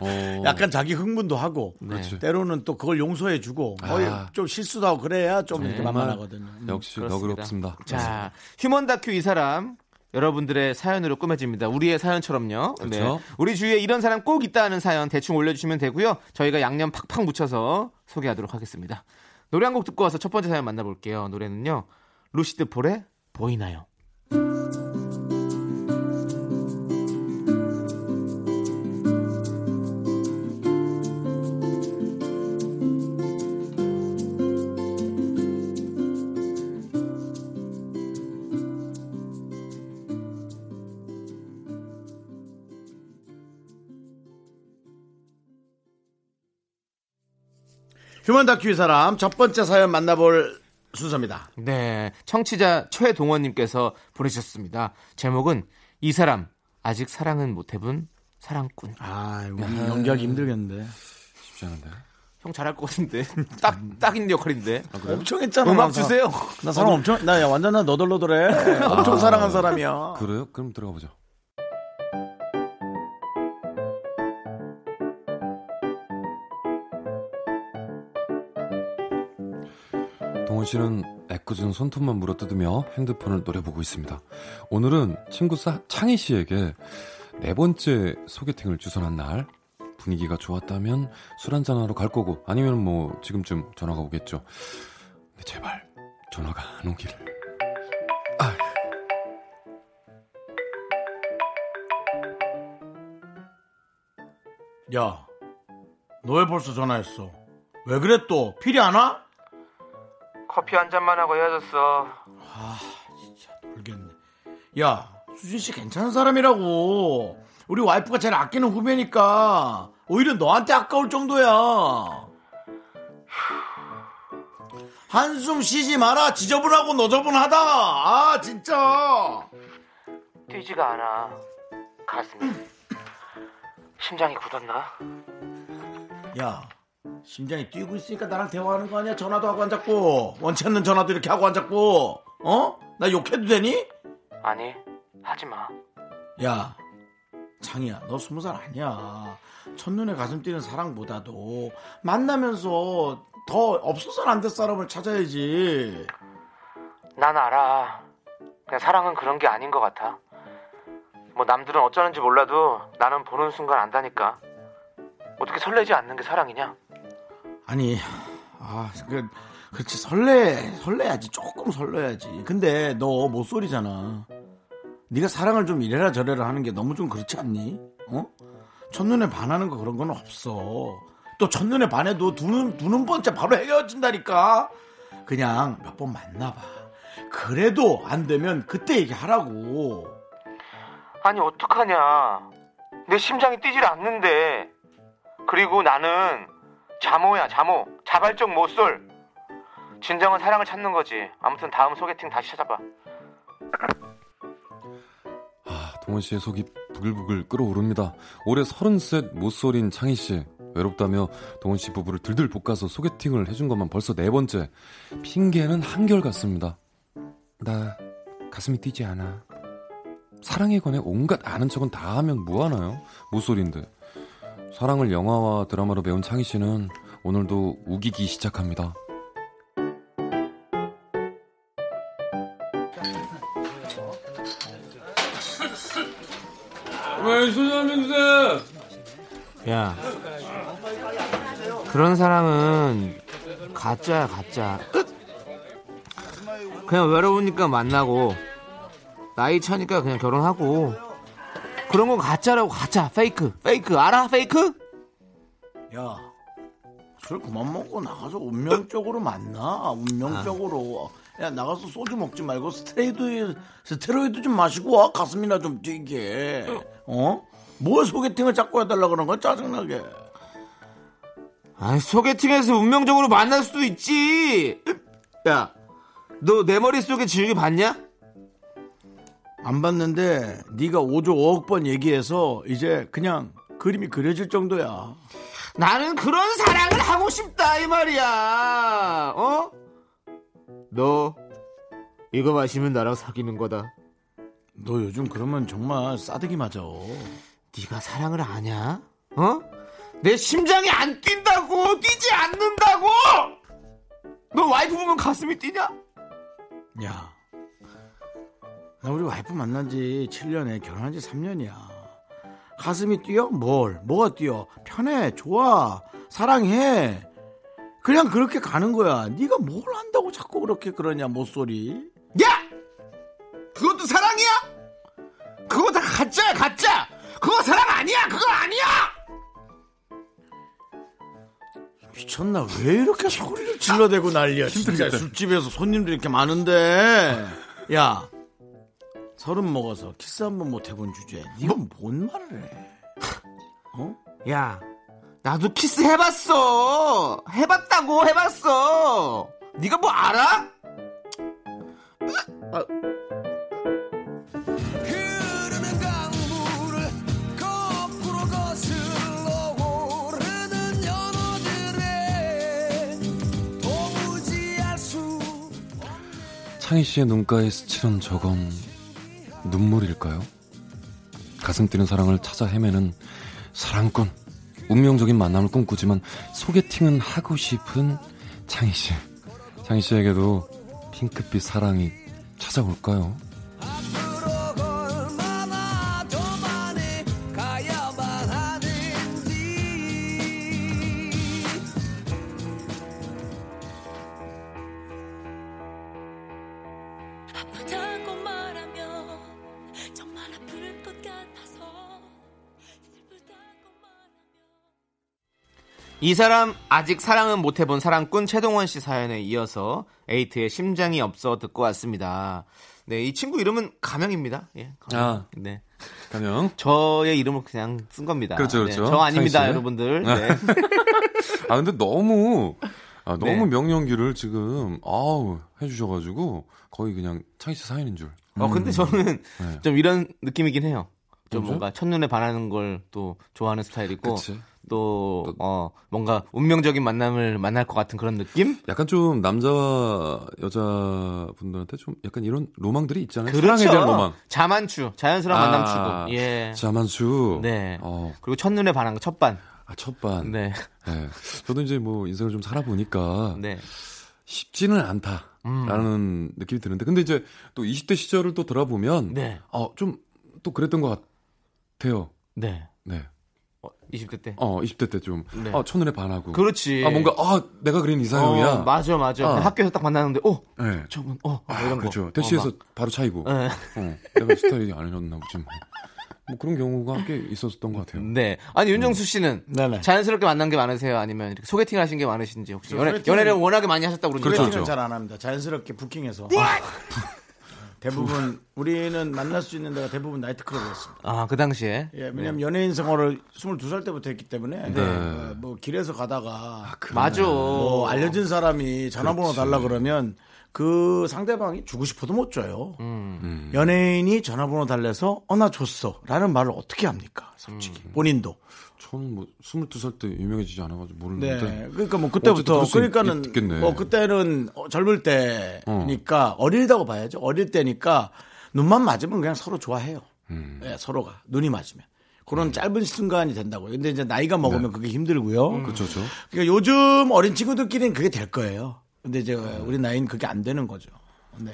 어, 약간 자기 흥분도 하고 네. 그렇죠. 그렇지. 때로는 또 그걸 용서해주고 거의 아. 좀 실수도 하고 그래야 좀 네. 이렇게 정말 만만하거든요. 역시 그렇습니다. 너그럽습니다. 자, 휴먼 다큐 이 사람 여러분들의 사연으로 꾸며집니다. 우리의 사연처럼요. 네. 그렇죠. 우리 주위에 이런 사람 꼭 있다 하는 사연 대충 올려주시면 되고요. 저희가 양념 팍팍 묻혀서 소개하도록 하겠습니다. 노래 한 곡 듣고 와서 첫 번째 사연 만나볼게요. 노래는요. 루시드 폴의 보이나요? 휴먼 다큐 이 사람 첫 번째 사연 만나볼 순서입니다. 네. 청취자 최동원님께서 보내주셨습니다. 제목은 이 사람 아직 사랑은 못 해본 사랑꾼. 아, 연기하기 힘들겠는데. 쉽지 않은데. 형 잘할 것 같은데 (laughs) 딱 딱인 역할인데. 엄청 했잖아. 음악 나 사람. 주세요. 나 사람 엄청, 나 야, 완전 나 너덜너덜해. 네, 엄청 사랑한 사람이야. 그래요? 그럼 들어가 보죠. 동원 씨는 애꿎은 손톱만 물어뜯으며 핸드폰을 노려보고 있습니다. 오늘은 친구 사, 창희 씨에게 네 번째 소개팅을 주선한 날 분위기가 좋았다면 술 한잔하러 갈 거고 아니면 뭐 지금쯤 전화가 오겠죠. 근데 제발 전화가 안 오기를. 아, 야, 너 왜 벌써 전화했어? 왜 그래 또? 필이 안 와? 커피 한 잔만 하고 헤어졌어. 모르겠네. 아, 야, 수진 씨 괜찮은 사람이라고. 우리 와이프가 제일 아끼는 후배니까 오히려 너한테 아까울 정도야. 한숨 쉬지 마라. 지저분하고 너저분하다. 아, 진짜. 뛰지가 않아. 가슴이. 심장이 굳었나? 야, 심장이 뛰고 있으니까 나랑 대화하는 거 아니야? 전화도 하고 앉았고. 원치 않는 전화도 이렇게 하고 앉았고. 어? 나 욕해도 되니? 아니, 하지 마. 야, 장이야, 너 스무 살 아니야. 첫눈에 가슴 뛰는 사랑보다도 만나면서 더 없어서는 안 될 사람을 찾아야지. 난 알아. 그냥 사랑은 그런 게 아닌 것 같아. 뭐 남들은 어쩌는지 몰라도 나는 보는 순간 안다니까. 어떻게 설레지 않는 게 사랑이냐? 아니, 아, 그, 그렇지. 설레, 설레야지. 조금 설레야지. 근데 너 모쏠이잖아. 네가 사랑을 좀 이래라 저래라 하는 게 너무 좀 그렇지 않니? 어? 첫눈에 반하는 거 그런 건 없어. 또 첫눈에 반해도 두 눈, 두 눈 번째 바로 헤어진다니까? 그냥 몇 번 만나봐. 그래도 안 되면 그때 얘기하라고. 아니 어떡하냐 내 심장이 뛰질 않는데 그리고 나는 자모야 자모 자발적 모쏠 진정한 사랑을 찾는 거지 아무튼 다음 소개팅 다시 찾아봐 아, 동원 씨의 속이 부글부글 끓어오릅니다. 올해 서른셋 모쏠인 창희 씨. 외롭다며 동원 씨 부부를 들들 볶아서 소개팅을 해준 것만 벌써 네 번째. 핑계는 한결 같습니다. 나 가슴이 뛰지 않아. 사랑에 관해 온갖 아는 척은 다 하면 뭐하나요? 모쏠인데. 사랑을 영화와 드라마로 배운 창희 씨는 오늘도 우기기 시작합니다. 왜 소주 한병 주세요. 야 그런 사랑은 가짜야 가짜 그냥 외로우니까 만나고 나이 차니까 그냥 결혼하고 그런 건 가짜라고 가짜 페이크 페이크 알아 페이크 야, 술 그만 먹고 나가서 운명적으로 만나. 운명적으로. 야, 나가서 소주 먹지 말고 스테로이드, 스테로이드 좀 마시고 와. 가슴이나 좀 뛰게. 어? 뭘 소개팅을 자꾸 해달라 그런 거야? 짜증나게. 아 소개팅에서 운명적으로 만날 수도 있지. 야, 너 내 머릿속에 지우개 봤냐? 안 봤는데 네가 5조 5억 번 얘기해서 이제 그냥 그림이 그려질 정도야. 나는 그런 사랑을 하고 싶다 이 말이야. 어? 너 이거 마시면 나랑 사귀는 거다. 너 요즘 그러면 정말 싸대기 맞아. 네가 사랑을 아냐? 어? 내 심장이 안 뛴다고 뛰지 않는다고. 너 와이프 보면 가슴이 뛰냐? 야, 나 우리 와이프 만난 지 7년에 결혼한 지 3년이야. 가슴이 뛰어? 뭘? 뭐가 뛰어? 편해, 좋아, 사랑해. 그냥 그렇게 가는 거야. 네가 뭘 안다고 자꾸 그렇게 그러냐, 모쏠이. 야! 그것도 사랑이야? 그거 다 가짜야, 가짜! 그거 사랑 아니야! 그거 아니야! 미쳤나? 왜 이렇게 소리를 질러대고 난리야? 진짜 술집에서 손님들 이렇게 많은데. 야, 서른 먹어서 키스 한 번 못 해본 주제에 네가 뭐? 뭔 말을 (laughs) 해? 어? 야, 나도 키스 해봤어! 해봤다고, 해봤어! 네가뭐 알아? 흐르는 강물을 거꾸로 거슬러 오르는 연어들의 도무지 알수 창희 씨의 눈가에 스치는 저건 눈물일까요? 가슴 뛰는 사랑을 찾아 헤매는 사랑꾼. 운명적인 만남을 꿈꾸지만 소개팅은 하고 싶은 창희 씨. 창희 씨에게도 핑크빛 사랑이 찾아올까요? 앞으로 얼마나 더 많이 가야만 하는지 아프다고 말하면 정말 아플 것 같아서 슬프다고 말하면 이 사람 아직 사랑은 못 해본 사랑꾼 최동원 씨 사연에 이어서 에이트의 심장이 없어 듣고 왔습니다. 네, 이 친구 이름은 가명입니다. 예, 가명. 아. 네. 가명. 저의 이름을 그냥 쓴 겁니다. 그렇죠, 네, 그렇죠. 저 아닙니다, 상희 씨. 여러분들. 네. 아 근데 너무 아, 너무 네. 명연기를 지금 아우 해주셔가지고 거의 그냥 창희 씨 사연인 줄. 어, 근데 저는 네. 좀 이런 느낌이긴 해요. 좀 뭐죠? 뭔가 첫눈에 반하는 걸 또 좋아하는 스타일이고 그치. 또, 어, 뭔가 운명적인 만남을 만날 것 같은 그런 느낌? 약간 좀 남자와 여자분들한테 좀 약간 이런 로망들이 있잖아요. 사랑에 그렇죠. 대한 로망. 아, 자만추, 자연스러운 만남 추구. 예. 자만추. 네. 어, 그리고 첫눈에 반한 거 첫반. 아, 첫반. 네. 어. 네. 저도 이제 뭐 인생을 좀 살아보니까 네. 음. 쉽지는 않다라는 느낌이 드는데 근데 이제 또 20대 시절을 또 돌아보면 네. 어, 좀 또 그랬던 것 같아요. 네. 네. 어, 20대 때. 어, 20대 때 좀, 네. 어, 첫눈에 반하고. 그렇지. 아, 뭔가, 아, 내가 그린 이상형이야. 어, 맞아, 맞아. 어. 그냥 학교에서 딱 만났는데, 어, 네. 저분, 어, 뭐 아, 이런 거. 그렇죠. 택시에서 어, 바로 차이고. 막. 네. 어, 내가 스타일이 아니었나 보지. 뭐. 뭐 그런 경우가 꽤 있었던 것 같아요. 네. 아니, 윤정수 씨는 음. 네네. 자연스럽게 만난 게 많으세요? 아니면 이렇게 소개팅을 하신 게 많으신지 혹시 저 연애, 소개팅은- 연애를 워낙에 많이 하셨다고 그러니까. 그러는데. 그렇죠. 소개팅은 뭐? 잘 안 합니다. 자연스럽게 부킹해서. 어. (laughs) 대부분 우리는 만날 수 있는 데가 대부분 나이트클럽이었습니다. 아, 그 당시에. 예, 왜냐면 연예인 생활을 22살 때부터 했기 때문에 어, 뭐 길에서 가다가 맞아. 그- 음. 뭐 알려진 사람이 전화번호 달라 그러면 그 상대방이 주고 싶어도 못 줘요. 연예인이 전화번호 달래서 어 나 줬어 라는 말을 어떻게 합니까? 솔직히 본인도. 저는 뭐, 22살 때 유명해지지 않아가지고 네. 모르는데. 그러니까 뭐 그때부터 어쨌든 그럴 수 그러니까는 있겠네. 어 그때는 어, 젊을 때니까 어. 릴다고 봐야죠. 어릴 때니까 눈만 맞으면 그냥 서로 좋아해요. 음. 예, 서로가 눈이 맞으면 그런 짧은 순간이 된다고요. 근데 이제 나이가 먹으면 그게 힘들고요. 네. 그렇죠, 그렇죠. 그러니까 요즘 어린 친구들끼리는 그게 될 거예요. 근데 이제 우리 나이는 그게 안 되는 거죠. 네.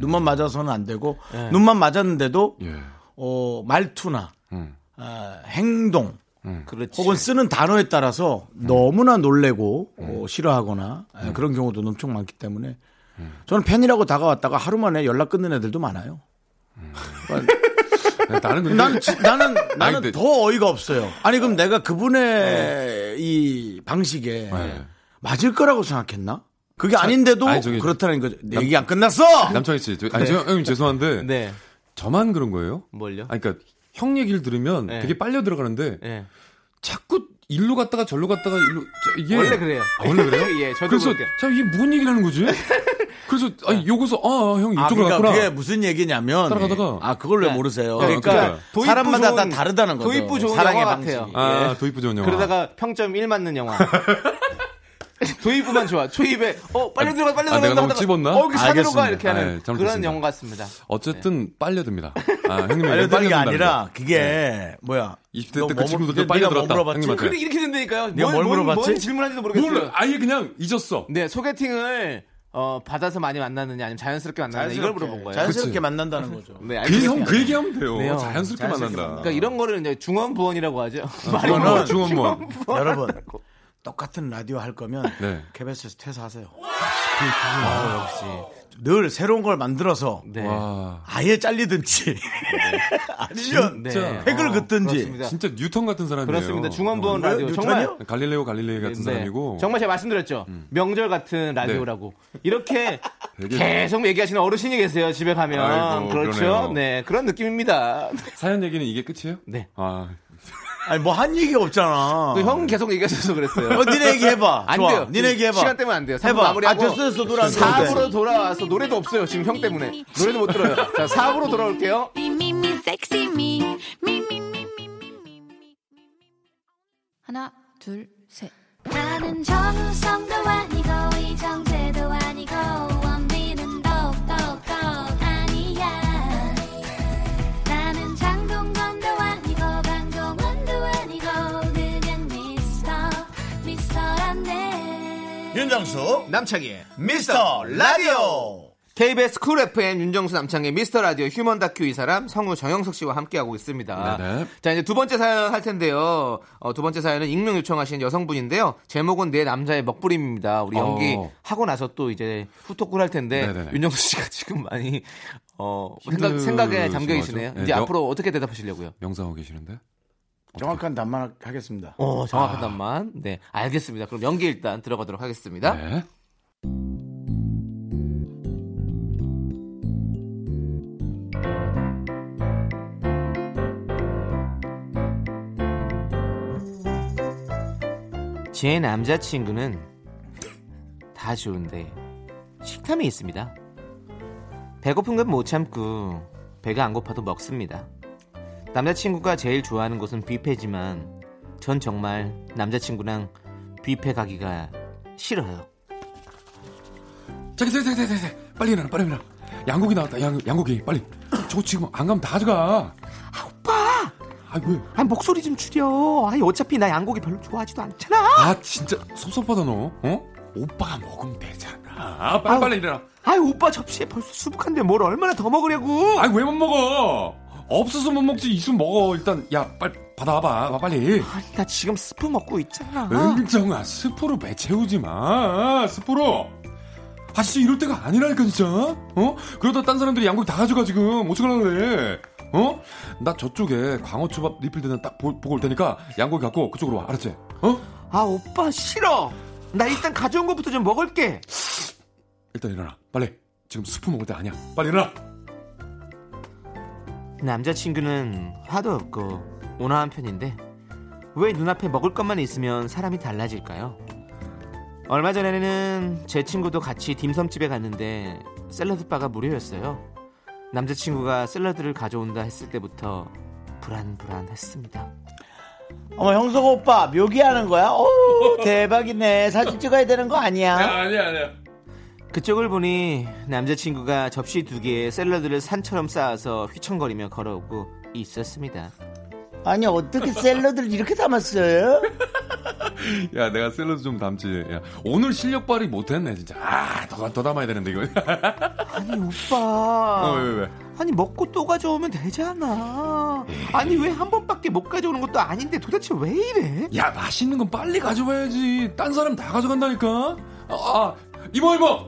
눈만 맞아서는 안 되고 눈만 맞았는데도 음. 네. 예. 어, 말투나 음. 아, 행동 그렇지. 네. 혹은 쓰는 단어에 따라서 너무나 놀래고 어, 싫어하거나 아, 네. 그런 경우도 엄청 많기 때문에 저는 팬이라고 다가왔다가 하루 만에 연락 끊는 애들도 많아요. 나는 근데. 난 지- (laughs) 나는 나는 근데- 더 어이가 없어요. 아니 그럼 내가 그분의 이 방식에 네. 맞을 거라고 생각했나? 그게 아닌데도 아니, 저기- 그렇다는 거죠. 내 얘기 안 끝났어. 남창희 씨, 저- 아니, 저- 형님 죄송한데. 네. 저만 그런 거예요? 뭘요? 아니, 그러니까 형 얘기를 들으면 네. 되게 빨려 들어가는데 예. 자꾸 일로 갔다가 절로 갔다가 일로 자, 이게 원래 그래요. 아, 원래 그래요? (laughs) 예, 저도 그래서 그렇게. 자 이게 무슨 얘기라는 거지? 그래서 아니 요거서 아, 아, 형 아, 이쪽으로 그러니까 갔구나. 그게 무슨 얘기냐면 따라가다가. 아 그걸 왜 모르세요? 그러니까 그러니까, 도입부 사람마다 좋은- 다 다르다는 거죠. 네. 도입부 좋은 사랑의 영화 방식이. 같아요. 아, 예. 도입부 전영. 그러다가 평점 1 맞는 영화. (laughs) 도입부만 좋아. 초입에 어 빨리 들어가 빨리 아, 들어가 내가 너무 하다가 찝었나? 어, 여기 산으로 알겠습니다. 가 이렇게 하는 아, 잘못했습니다. 네. 그런 영화 같습니다. 어쨌든 빨려듭니다. 아, 형님 알려드는게 빨려든다는 네. 아니라 거. 그게 뭐야? 20대 너 때그 머물- 친구들도 네가 뭐 빨려들었다. 물어봤지? 형님한테. 근데 이렇게 된다니까요. 내가 뭘 물어봤지? 뭔 질문하는지도 모르겠어요. 뭐 몰라. 아예 그냥 잊었어. 네, 소개팅을 어, 받아서 많이 만났느냐 아니면 자연스럽게 만났느냐 이걸 물어본 거예요. 자연스럽게 그치. 만난다는 거죠. 네, 그, 알겠습니다. 형, 그 얘기하면 돼요. 네요. 자연스럽게, 만난다. 그러니까 이런 거를 이제 중원부원이라고 하죠. (laughs) 말이 이거는 뭐- 중원부원. (laughs) 여러분 똑같은 라디오 할 거면 네. KBS에서 퇴사하세요. 아, 역시. 늘 새로운 걸 만들어서 네. 와. 아예 잘리든지 (laughs) 아니면 네. 획을 어, 긋든지 그렇습니다. 아, 진짜 뉴턴 같은 사람이에요. 그렇습니다. 중원부원 왜 라디오 뉴턴이요? 정말 갈릴레오 갈릴레이 같은 네. 사람이고. 정말 제가 말씀드렸죠. 음. 명절 같은 라디오라고. 네. (laughs) 이렇게 되게- 계속 얘기하시는 어르신이 계세요. 집에 가면. 아이고, 그렇죠. 그러네요. 네. 그런 느낌입니다. 어. 사연 얘기는 이게 끝이에요? 네. 아, 아니 뭐 한 얘기 없잖아. 그형 계속 얘기하셔서 그랬어요. 어, 니네 얘기 해봐. 안 좋아. 돼요. 니네 얘기 해봐. 시간 때문에 안 돼요. 삼부 해봐. 마무리하고. 아, 됐어, 됐어. 노래 안 들어도 돼. 4부로 돌아와서 노래도 없어요. 지금 형 때문에. 노래도 못 들어요. 자, 4부로 돌아올게요. 미미미 섹시 미 미미미미미미 하나, 둘, 셋. 나는 정우성도 아니고 이정재도 아니고 원빈은 더욱더 아니야 나는 장동건도 아니고 강동원도 아니고 그냥 미스터 미스터란데 윤정수 남창희의 미스터 라디오. KBS 쿨 FM 윤정수 남창의 미스터 라디오 휴먼 다큐 이 사람 성우 정영석 씨와 함께하고 있습니다. 네네. 자 이제 두 번째 사연 할 텐데요. 어, 두 번째 사연은 익명 요청하신 여성분인데요. 제목은 내 남자의 먹부림입니다. 우리 연기 어. 하고 나서 또 이제 후토쿨 할 텐데 네네네. 윤정수 씨가 지금 많이 어, 힘드신 생각, 에 잠겨 거죠? 계시네요. 네, 이제 여- 아. 앞으로 어떻게 대답하시려고요? 명상하고 계시는데? 정확한 답만 하- 하겠습니다. 어, 정확한 답만. 네, 알겠습니다. 그럼 연기 일단 들어가도록 하겠습니다. 네. 제 남자친구는 다 좋은데 식탐이 있습니다. 배고픈 건 못 참고 배가 안 고파도 먹습니다. 남자친구가 제일 좋아하는 곳은 뷔페지만 전 정말 남자친구랑 뷔페 가기가 싫어요. 자기, 자기, 자기, 자기, 자기. 빨리 일어나, 빨리 일어나. 양고기 나왔다, 양, 양고기. 빨리. 저거 지금 안 가면 다 가져가. 오빠! 아, 왜? 아 목소리 좀 줄여. 아니 어차피 나 양고기 별로 좋아하지도 않잖아. 아, 진짜 섭섭하다, 너. 어? 오빠가 먹으면 되잖아. 아, 빨리, 빨리 일어나. 아 오빠 접시에 벌써 수북한데 뭘 얼마나 더 먹으려고. 아, 왜 못 먹어? 없어서 못 먹지 있으면 먹어 일단 야 빨리 받아와봐 와, 빨리 아니 나 지금 스프 먹고 있잖아. 은정아 스프로 배 채우지 마 스프로 아 진짜 이럴 때가 아니라니까 진짜 어 그러다 딴 사람들이 양고기 다 가져가 지금 어쩌려고 그래 어? 나 저쪽에 광어초밥 리필되는 딱 보, 고올 테니까 양고기 갖고 그쪽으로 와 알았지? 어? 아 오빠 싫어. 나 일단 가져온 것부터 좀 먹을게. 일단 일어나 빨리 지금 스프 먹을 때 아니야 빨리 일어나 남자친구는 화도 없고 온화한 편인데 왜 눈앞에 먹을 것만 있으면 사람이 달라질까요? 얼마 전에는 제 친구도 같이 딤섬집에 갔는데 샐러드바가 무료였어요. 남자친구가 샐러드를 가져온다 했을 때부터 불안불안했습니다. 어머 형석 오빠 묘기하는 거야? 오 대박이네 사진 찍어야 되는 거 아니야? 아니야 아니야 그쪽을 보니 남자친구가 접시 두 개에 샐러드를 산처럼 쌓아서 휘청거리며 걸어오고 있었습니다. 아니 어떻게 샐러드를 이렇게 담았어요? 야 내가 샐러드 좀 담지 야, 오늘 실력 발휘 못했네 진짜 아더 더 담아야 되는데 이거 (laughs) 아니 오빠. 어, 왜, 왜. 아니 먹고 또 가져오면 되잖아. 아니 왜 한 번밖에 못 가져오는 것도 아닌데 도대체 왜 이래? 야 맛있는 건 빨리 가져와야지 딴 사람 다 가져간다니까 아, 아, 이모 이모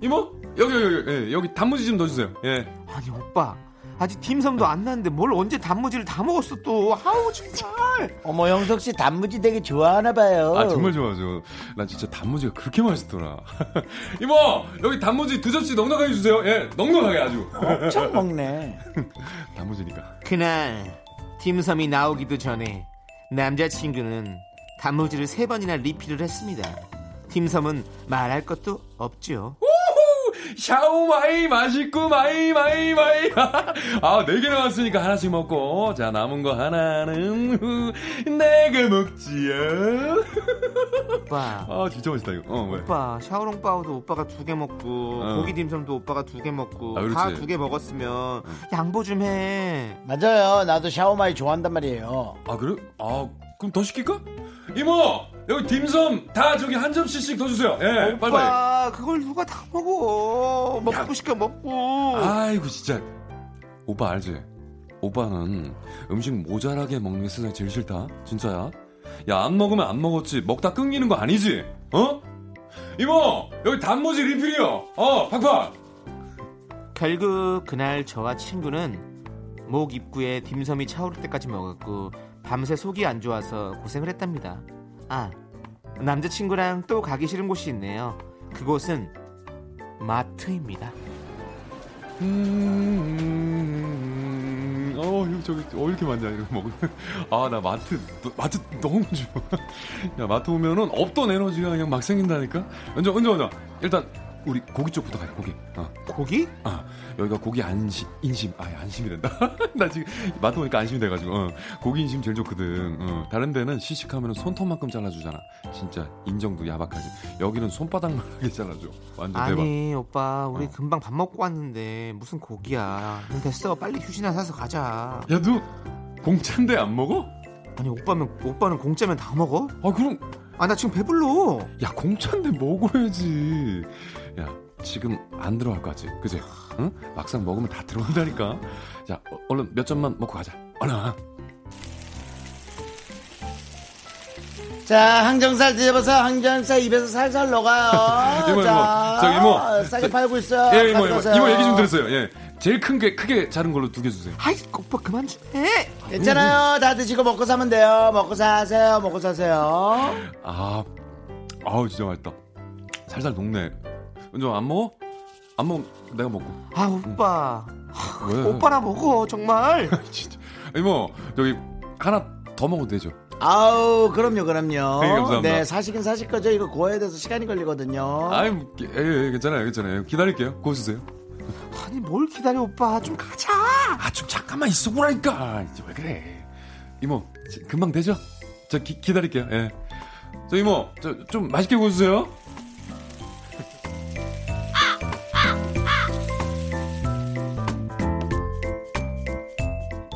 이모 여기 여기 여기 예, 여기 단무지 좀 더 주세요 예 아니 오빠 아직 딤섬도 안 났는데 뭘 언제 단무지를 다 먹었어 또 아우 정말. 어머 형석 씨 단무지 되게 좋아하나 봐요. 아 정말 좋아하죠 난 진짜 단무지가 그렇게 맛있더라 (laughs) 이모 여기 단무지 두 접시 넉넉하게 주세요 예 넉넉하게 아주 (laughs) 엄청 먹네. 단무지니까 그날 딤섬이 나오기도 전에 남자친구는 단무지를 세 번이나 리필을 했습니다. 딤섬은 말할 것도 없죠. 샤오마이 맛있고 마이 마이 마이 (laughs) 아네 개 나왔으니까 하나씩 먹고 자 남은 거 하나는 (laughs) 후, 내가 먹지요 오빠 아 진짜 맛있다 이거 어왜 오빠 샤오롱 바오도 오빠가 두 개 먹고 어. 고기 딤섬도 오빠가 두 개 먹고 아, 그렇지. 어. 다 두 개 먹었으면 양보 좀 해 맞아요. 나도 샤오마이 좋아한단 말이에요. 아 그래? 아 그럼 더 시킬까? 이모 여기 딤섬 다 저기 한 접시씩 더 주세요. 예, 빨리빨리. 오빠 그걸 누가 다 먹어 먹고 시켜 먹고 아이고 진짜 오빠 알지? 오빠는 음식 모자라게 먹는 게 세상에 제일 싫다. 진짜야. 야 안 먹으면 안 먹었지. 먹다 끊기는 거 아니지? 어? 이모 여기 단무지 리필이요. 어 팍팍. 결국 그날 저와 친구는 목 입구에 딤섬이 차오를 때까지 먹었고 밤새 속이 안 좋아서 고생을 했답니다. 아 남자친구랑 또 가기 싫은 곳이 있네요. 그곳은 마트입니다. 음, 어, 이거 저기, 어, 이렇게 많냐, 이거 먹으면. 아, 나 마트, 너- 마트 너무 좋아. 야, 마트 오면은 없던 에너지가 그냥 막 생긴다니까? 먼저, 먼저, 먼저. 일단, 우리 고기 쪽부터 가요, 고기. 어, 고기? 아, 여기가 고기 안심, 인심. 아, 안심이 된다. (laughs) 나 지금 마트 오니까 안심이 돼가지고, 어, 고기 인심 제일 좋거든. 어, 다른 데는 시식하면 손톱만큼 잘라주잖아. 진짜, 인정도 야박하지. 여기는 손바닥만하게 잘라줘. 어, 완전 대박. 아니 오빠 우리 어. 금방 밥 먹고 왔는데 무슨 고기야 그럼 됐어 빨리 휴지나 사서 가자 야, 너, 공찬데 안 먹어? 아니 오빠면 오빠는 공짜면 다 먹어? 아, 그럼 아 나 지금 배불러 야 공찬데 먹어야지 야 지금 안 들어갈 거지 그지 응 막상 먹으면 다 들어간다니까 자 어, 얼른 몇 점만 먹고 가자 얼른 자, 항정살 드셔보세요. 항정살 입에서 살살 녹아요. (laughs) 이모, 이모. 저기 이모. 아, 싸게 저- 팔고 있어요. 예 이모 이모 가져가세요. 이모 얘기 좀 들었어요 예 제일 큰 게 크게 자른 걸로 두 개 주세요 아이 오빠 그만 좀해 괜찮아요. 다 드시고 먹고 사면 돼요. 먹고 사세요. 먹고 사세요. 아 아우 진짜 맛있다 살살 녹네 은정 안 먹어 안 먹으면 내가 먹고 아 오빠 왜 오빠나 먹어 (laughs) 정말 진짜 이모 여기 하나 더 먹어도 되죠 아우, 그럼요, 그럼요. 네, 감사합니다. 네, 사시긴 사실 거죠. 이거 구워야 돼서 시간이 어. 걸리거든요. 아이 뭐, 예, 예, 괜찮아요 괜찮아요 기다릴게요 고워 주세요 아니 뭘 기다려 오빠 좀 가자 아 좀 잠깐만 있어 보라니까 아, 이제 왜 그래 이모 지- 금방 되죠? 저 기, 기다릴게요 예. 저 이모 저 좀 맛있게 구워주세요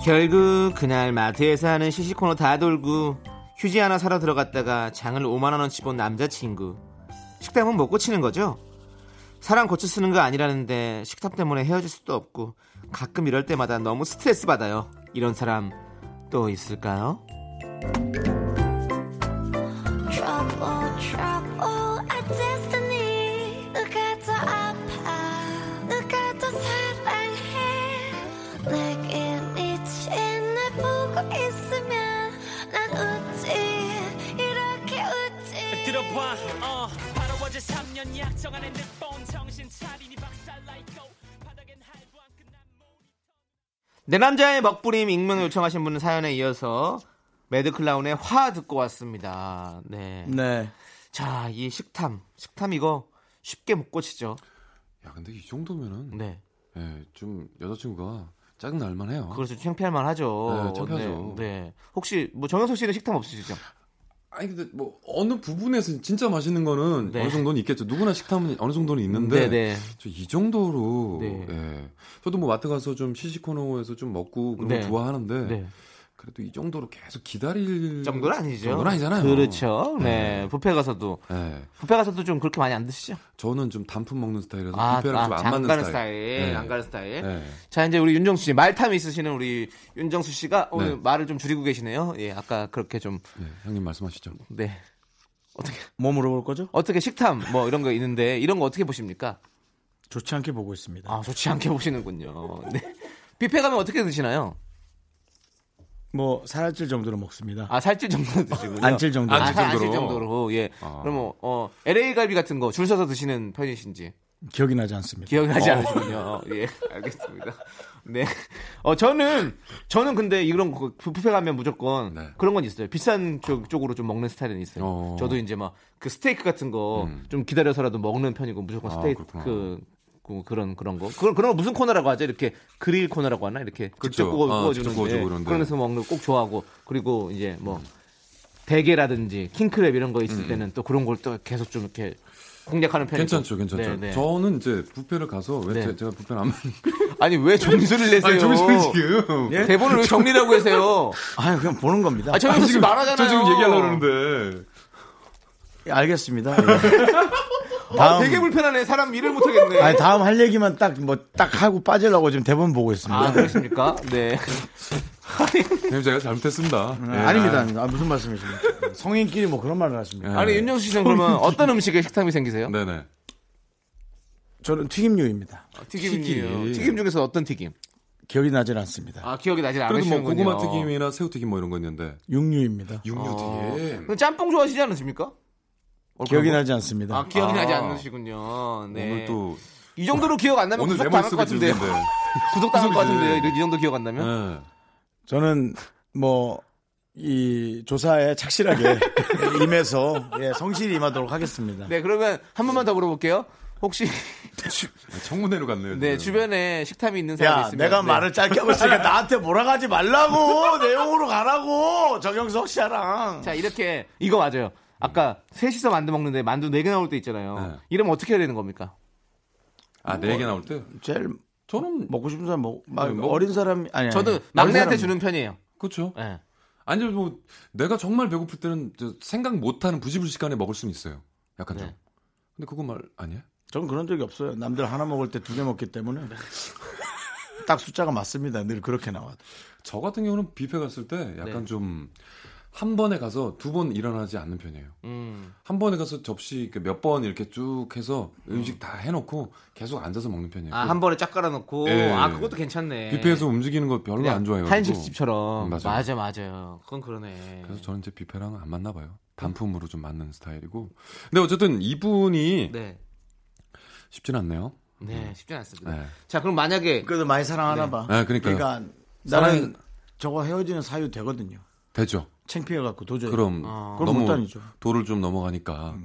결국 그날 마트에서 하는 시시코너 다 돌고 휴지 하나 사러 들어갔다가 장을 5만 원어치 본 남자친구 식탐은 못 고치는 거죠? 사람 고쳐 쓰는 거 아니라는데 식탐 때문에 헤어질 수도 없고 가끔 이럴 때마다 너무 스트레스 받아요. 이런 사람 또 있을까요? Trouble, trouble, a destiny. 누가 더 아파? 누가 더 사랑해? 내게 미친 날 보고 있으면 난 웃지. 이렇게 웃지. 들어봐 어 바로워질 3년 약정 안 했는데 폰 정신 차리니 박살나 있고 바닥엔 할부 안 끝난 내 남자의 먹부림 익명 요청하신 분 사연에 이어서 매드클라운의 화 듣고 왔습니다. 네. 네. 자, 이 식탐. 식탐 이거 쉽게 못 고치죠. 야 근데 이 정도면은 네. 예, 좀 여자친구가 짜증 날만 해요. 그걸 좀 창피할 만 하죠. 네, 창피하죠. 네. 네. 혹시 뭐 정영석 씨는 식탐 없으시죠? 아니 근데 뭐 어느 부분에서 진짜 맛있는 거는 네. 어느 정도는 있겠죠. 누구나 식탐은 어느 정도는 있는데 네, 네. 저 이 정도로 네. 예. 저도 뭐 마트 가서 좀 시시코너에서 좀 먹고 그런 네. 거 좋아하는데 네. 그래도 이 정도로 계속 기다릴 정도는 아니죠. 정도는 아니잖아요. 그렇죠. 네. 뷔페 가서도 예. 뷔페 가서도 좀 그렇게 많이 안 드시죠? 저는 좀 단품 먹는 스타일이라서 아, 뷔페랑 아, 좀 안 장 맞는 가는 스타일. 예. 안 가는 스타일. 예. 자, 이제 우리 윤정수 씨 말탐 있으시는 우리 윤정수 씨가 오늘 네. 말을 좀 줄이고 계시네요. 예, 아까 그렇게 좀 네, 형님 말씀하시죠. 네. 어떻게 뭐 물어볼 거죠? 어떻게 식탐 뭐 이런 거 있는데 이런 거 어떻게 보십니까? 좋지 않게 보고 있습니다. 아, 좋지 않게 보시는군요. 네. 뷔페 가면 어떻게 드시나요? 뭐 살찔 정도로 먹습니다. 아, 살찔 정도로 드시고요. 안 찔 정도로. 아, 안 찔 안 찔 정도로. 정도로. 예. 아. 그럼 뭐, 어, LA 갈비 같은 거 줄 서서 드시는 편이신지 기억이 나지 않습니다. 기억이 나지 어. 않으시군요. 예. 알겠습니다. 네. 어, 저는 저는 근데 이런 거그 뷔페 가면 무조건 네. 그런 건 있어요. 비싼 쪽, 쪽으로 좀 먹는 스타일은 있어요. 어. 저도 이제 막 그 스테이크 같은 거 좀 음. 기다려서라도 먹는 편이고 무조건 아, 스테이크 그렇구나. 그, 런 그런 거 그런 그런 거 무슨 코너라고 하죠 이렇게 그릴 코너라고 하나 이렇게 직접 그렇죠. 구워, 아, 구워주는 직접 구워주고 예, 그런데. 그런 데서 먹는 거꼭 좋아하고 그리고 이제 뭐 대게라든지 킹크랩 이런 거 있을 때는 또 그런 걸 또 계속 좀 이렇게 공략하는 편이죠. 음. 괜찮죠, 괜찮죠. 네, 네. 저는 이제 뷔페를 가서 왜 네. 제- 제가 뷔페를 안 먹는 (laughs) 아니 왜 점수를 내세요? 예? 아니 정신 지금. 대본을 왜 정리라고 하세요? 아유 그냥 보는 겁니다. 아 정현석 씨 말하잖아요. 저 지금 얘기하려고 그러는데. 예, (laughs) 알겠습니다. 예. 아, 다음 되게 불편하네. 사람 일을 못 하겠네. 아니 다음 할 얘기만 딱 뭐 딱 하고 빠지려고 지금 대본 보고 있습니다. 아 그렇습니까? 네. 형님 제가 잘못했습니다. 아, 예. 아닙니다, 아닙니다. 아, 무슨 말씀이십니까? 성인끼리 뭐 그런 말을 하십니까? 예. 아니 아, 윤정수 씨는 그러면 어떤 음식에 식탐이 생기세요? 네네. 저는 튀김류입니다. 튀김이요. 튀김. 튀김 중에서 어떤 튀김? 기억이 나질 않습니다. 아 기억이 나질 그래도 뭐 않으시는군요. 고구마 튀김이나 새우 튀김 뭐 이런 거 있는데 어, 육류입니다. 육류 튀김. 그럼 짬뽕 좋아하시지 않으십니까? 뭐- 기억이 나지 않습니다. 아 기억이 아. 나지 않으시군요. 네. 오늘 또 이 정도로 기억 안 나면 오늘 구속 내 당할 머리 것 쓰고 같은데요. 지는데. (laughs) 예. 구속 당할 것 구속이지. 같은데요. 이 정도 기억 안 나면. 저는 뭐 이 조사에 (laughs) 착실하게 임해서 예, 성실히 임하도록 하겠습니다. 네 그러면 한 번만 더 물어볼게요. 혹시 아, 청문회로 갔네요. 네 지금. 주변에 식탐이 있는 사람이 야, 있으면 내가 네. 말을 짧게 하고 (laughs) 있으니까 나한테 몰아가지 말라고 내용으로 가라고 정영석 씨랑. 자 이렇게 이거 맞아요. 아까 셋이서 만두 먹는데 만두 네 개 나올 때 있잖아요. 네. 이러면 어떻게 해야 되는 겁니까? 아, 네 개 나올 때? 제일 저는 뭐, 먹고 싶은 사람 먹, 막 네, 먹- 어린 사람이 아니 아니, 저도 어린 막내한테 사람이- 주는 편이에요. 그렇죠. 네. 아니, 뭐, 내가 정말 배고플 때는 저 생각 못하는 부지불식간에 먹을 수는 있어요. 약간 좀. 네. 근데 그거 말 아니야? 전 그런 적이 없어요. 남들 하나 먹을 때 두 개 먹기 (laughs) 때문에 딱 숫자가 맞습니다. 늘 그렇게 나와도. 저 같은 경우는 뷔페 갔을 때 약간 네. 좀, 한 번에 가서 두 번 일어나지 않는 편이에요. 음. 한 번에 가서 접시 몇 번 이렇게 쭉 해서 음식 다 해놓고 계속 앉아서 먹는 편이에요. 아 한 번에 쫙 깔아놓고 예. 아 그것도 괜찮네. 뷔페에서 움직이는 거 별로 그냥 안 좋아해요. 한식집처럼 음, 맞아 맞아요. 맞아요. 그건 그러네. 그래서 저는 이제 뷔페랑 안 맞나 봐요. 네. 단품으로 좀 맞는 스타일이고. 근데 어쨌든 이분이 네. 쉽진 않네요. 네, 쉽지 않습니다. 네. 자, 그럼 만약에 그래도 많이 사랑하나 네. 봐. 네, 그러니까요. 그러니까 나는 사랑은- 저거 헤어지는 사유 되거든요. 되죠. 창피해 갖고 도저히. 그럼 어. 그럼 못 다니죠. 도를 좀 넘어가니까.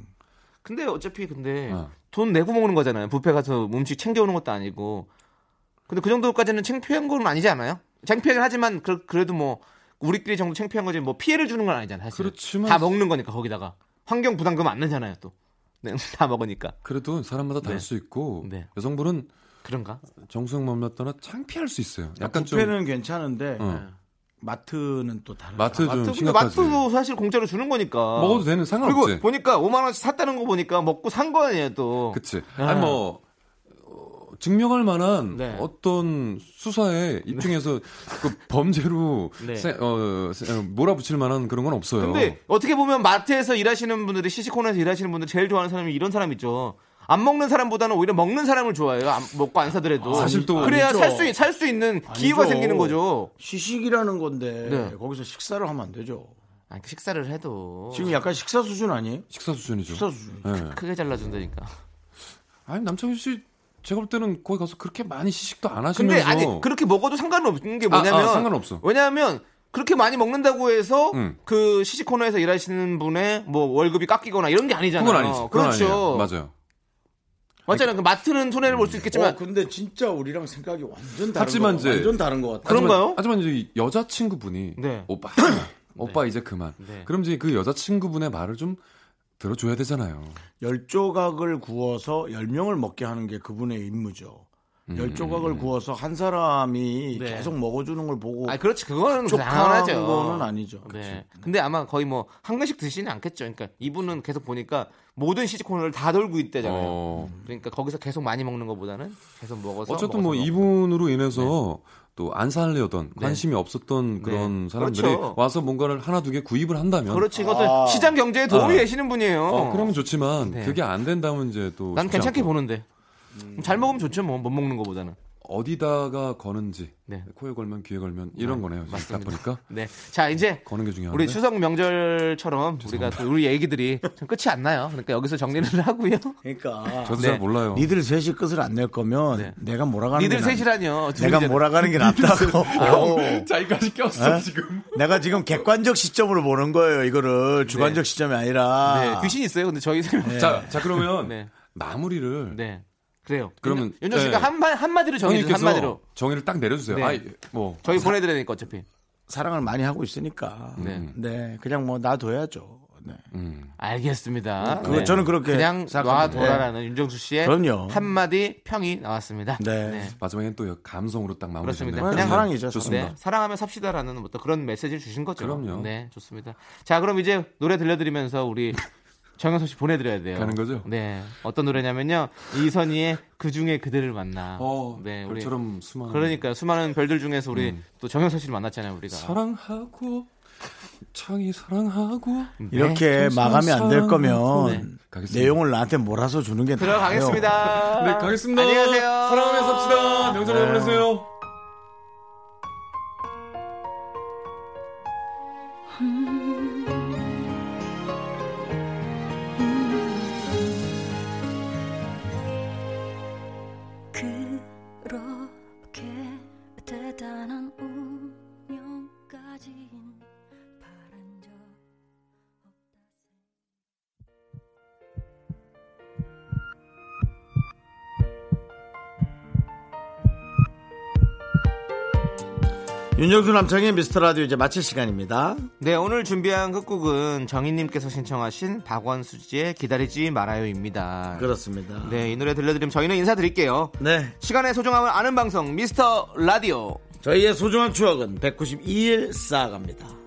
근데 어차피 근데 어. 돈 내고 먹는 거잖아요. 뷔페 가서 음식 챙겨오는 것도 아니고. 근데 그 정도까지는 창피한 건 아니지 않아요? 창피하긴 하지만 그, 래도뭐 우리끼리 정도 창피한 거지 뭐 피해를 주는 건 아니잖아요. 사실. 그렇지만- 다 먹는 거니까 거기다가 환경 부담금 안 내잖아요. 또. 네, (laughs) 다 먹으니까 그래도 사람마다 네. 다를 수 있고 네. 여성분은 그런가? 정수영 맘났더나 창피할 수 있어요. 약간 좀 뷔페는 괜찮은데 어. 마트는 또 다른. 마트 좀 아, 마트 근데 심각하지. 마트도 사실 공짜로 주는 거니까. 먹어도 되는 그리고 상관없지. 그 보니까 5만 원씩 샀다는 거 보니까 먹고 산 거 아니에요 또. 그치. 아니 뭐 어, 증명할 만한 네. 어떤 수사에 입증해서 그 범죄로 (laughs) 네. 세- 어, 세- 어, 몰아붙일 만한 그런 건 없어요. 근데 어떻게 보면 마트에서 일하시는 분들이 시시코너에서 일하시는 분들 제일 좋아하는 사람이 이런 사람 있죠. 안 먹는 사람보다는 오히려 먹는 사람을 좋아해요. 안- 먹고 안 사더라도 사실 또 그렇죠. 그래야 아니죠. 살 수 살 수 있는 기회가 아니죠. 생기는 거죠. 시식이라는 건데 네. 거기서 식사를 하면 안 되죠. 아니, 그 식사를 해도 지금 약간 식사 수준 아니에요? 식사 수준이죠. 식사 수준. 예. 크게 잘라준다니까. 아니 남창희 씨 제가 볼 때는 거기 가서 그렇게 많이 시식도 안 하시면서 근데 아니 그렇게 먹어도 상관없는 게 아, 아, 뭐냐면 상관없어. 왜냐하면 그렇게 많이 먹는다고 해서 음. 그 시식 코너에서 일하시는 분의 뭐 월급이 깎이거나 이런 게 아니잖아요. 그건 아니지. 그건 렇죠 아니에요. 맞아요. 맞잖아요. 그 마트는 손해를 볼 수 있겠지만 어, 그 근데 진짜 우리랑 생각이 완전 다른 하지만 거, 이제- 완전 다른 것 같아요. 그런가요? 하지만 이제 여자친구분이 네. (coughs) 오빠 그만, 오빠 이제 그만. 네. 그럼 이제 그 여자친구분의 말을 좀 들어줘야 되잖아요. 열 조각을 구워서 열 명을 먹게 하는 게 그분의 임무죠. 열 조각을 구워서 한 사람이 음. 네. 계속 먹어주는 걸뭐 보고 아 그렇지 그거는 족한 당연하죠. 거는 아니죠. 네. 음. 근데 아마 거의 뭐 한 개씩 드시는 않겠죠. 그러니까 이분은 계속 보니까 모든 시식 코너를 다 돌고 있대잖아요. 어. 그러니까 거기서 계속 많이 먹는 것보다는 계속 먹어서 먹어서 어쨌든 뭐 먹고. 네. 이분으로 인해서 또 안 살려던 관심이 없었던 그런 네. 사람들이 그렇죠. 와서 뭔가를 하나 두 개 구입을 한다면 그렇지 이것도 시장 경제에 도움이 되시는 분이에요. 어, 그러면 좋지만 네. 그게 안 된다면 이제 또 난 쉽지 괜찮게 않고. 보는데 잘 먹으면 좋죠 뭐 못 먹는 거보다는 어디다가 거는지 네. 코에 걸면 귀에 걸면 이런 거네요. 지금 딱 보니까 네자 이제 거는 게 중요한데. 우리 추석 명절처럼 우리가 또 우리 얘기들이 좀 끝이 안 나요 그러니까 여기서 정리를 (laughs) 하고요 그러니까 저도 네. 잘 몰라요. 니들 셋이 끝을 안 낼 거면 네. 내가 몰아가는 니들 게 셋이라뇨 낫... 내가 둘이잖아. 몰아가는 게 (laughs) 낫다고. 자기까지 꼈어 지금. 내가 지금 객관적 시점으로 보는 거예요. 이거를 주관적 시점이 아니라 네, 귀신 있어요 근데 저희 세명 자, 자 그러면 네. 마무리를 네. 그래요 그러면- 윤정 씨가 네. 한마 한마디로 정해주세요 형님께서 한마디로 정의를 딱 내려주세요. 네. 아이, 뭐 저희 보내드려야 되니까 어차피 사랑을 많이 하고 있으니까. 네. 네, 그냥 뭐 놔둬야죠. 네. 알겠습니다 네. 그거 저는 그렇게 그냥 생각합니다. 네. 놔둬라라는 윤정수 씨의 그럼요. 한마디 평이 나왔습니다 네. 마지막엔 또 감성으로 딱 마무리했네요. 그렇습니다. 그냥 사랑이죠, 좋습니다. 네, 사랑하며 삽시다라는 어떤 그런 메시지를 주신 거죠. 그럼요. 네, 좋습니다. 자, 그럼 이제 노래 들려드리면서 우리 (laughs) 정현석 씨 보내드려야 돼요. 가는 거죠? 네, 어떤 노래냐면요, 이선희의 그 중에 그대를 만나. 어, 네, 우리 별처럼 음. 수많은 그러니까 수많은 별들 중에서 우리 또 정현석 씨를 만났잖아요, 우리가. 사랑하고 창이 사랑하고 네. 이렇게 네. 마감이 안 될 네. 거면 가겠습니다. 내용을 나한테 몰아서 주는 게 나아요. 들어가겠습니다. 네, 가겠습니다. 안녕하세요. 사랑하며 삽시다. 명절 잘 보내세요. 그렇게 대단한 운명까지는 바란 적 윤정수 남창의 미스터 라디오 이제 마칠 시간입니다. 네, 오늘 준비한 끝곡은 정희님께서 신청하신 박원수지의 기다리지 말아요입니다. 그렇습니다. 네. 네, 이 노래 들려드리면 저희는 인사드릴게요. 시간의 소중함을 아는 방송 미스터 라디오 저희의 소중한 추억은 192일 쌓아갑니다.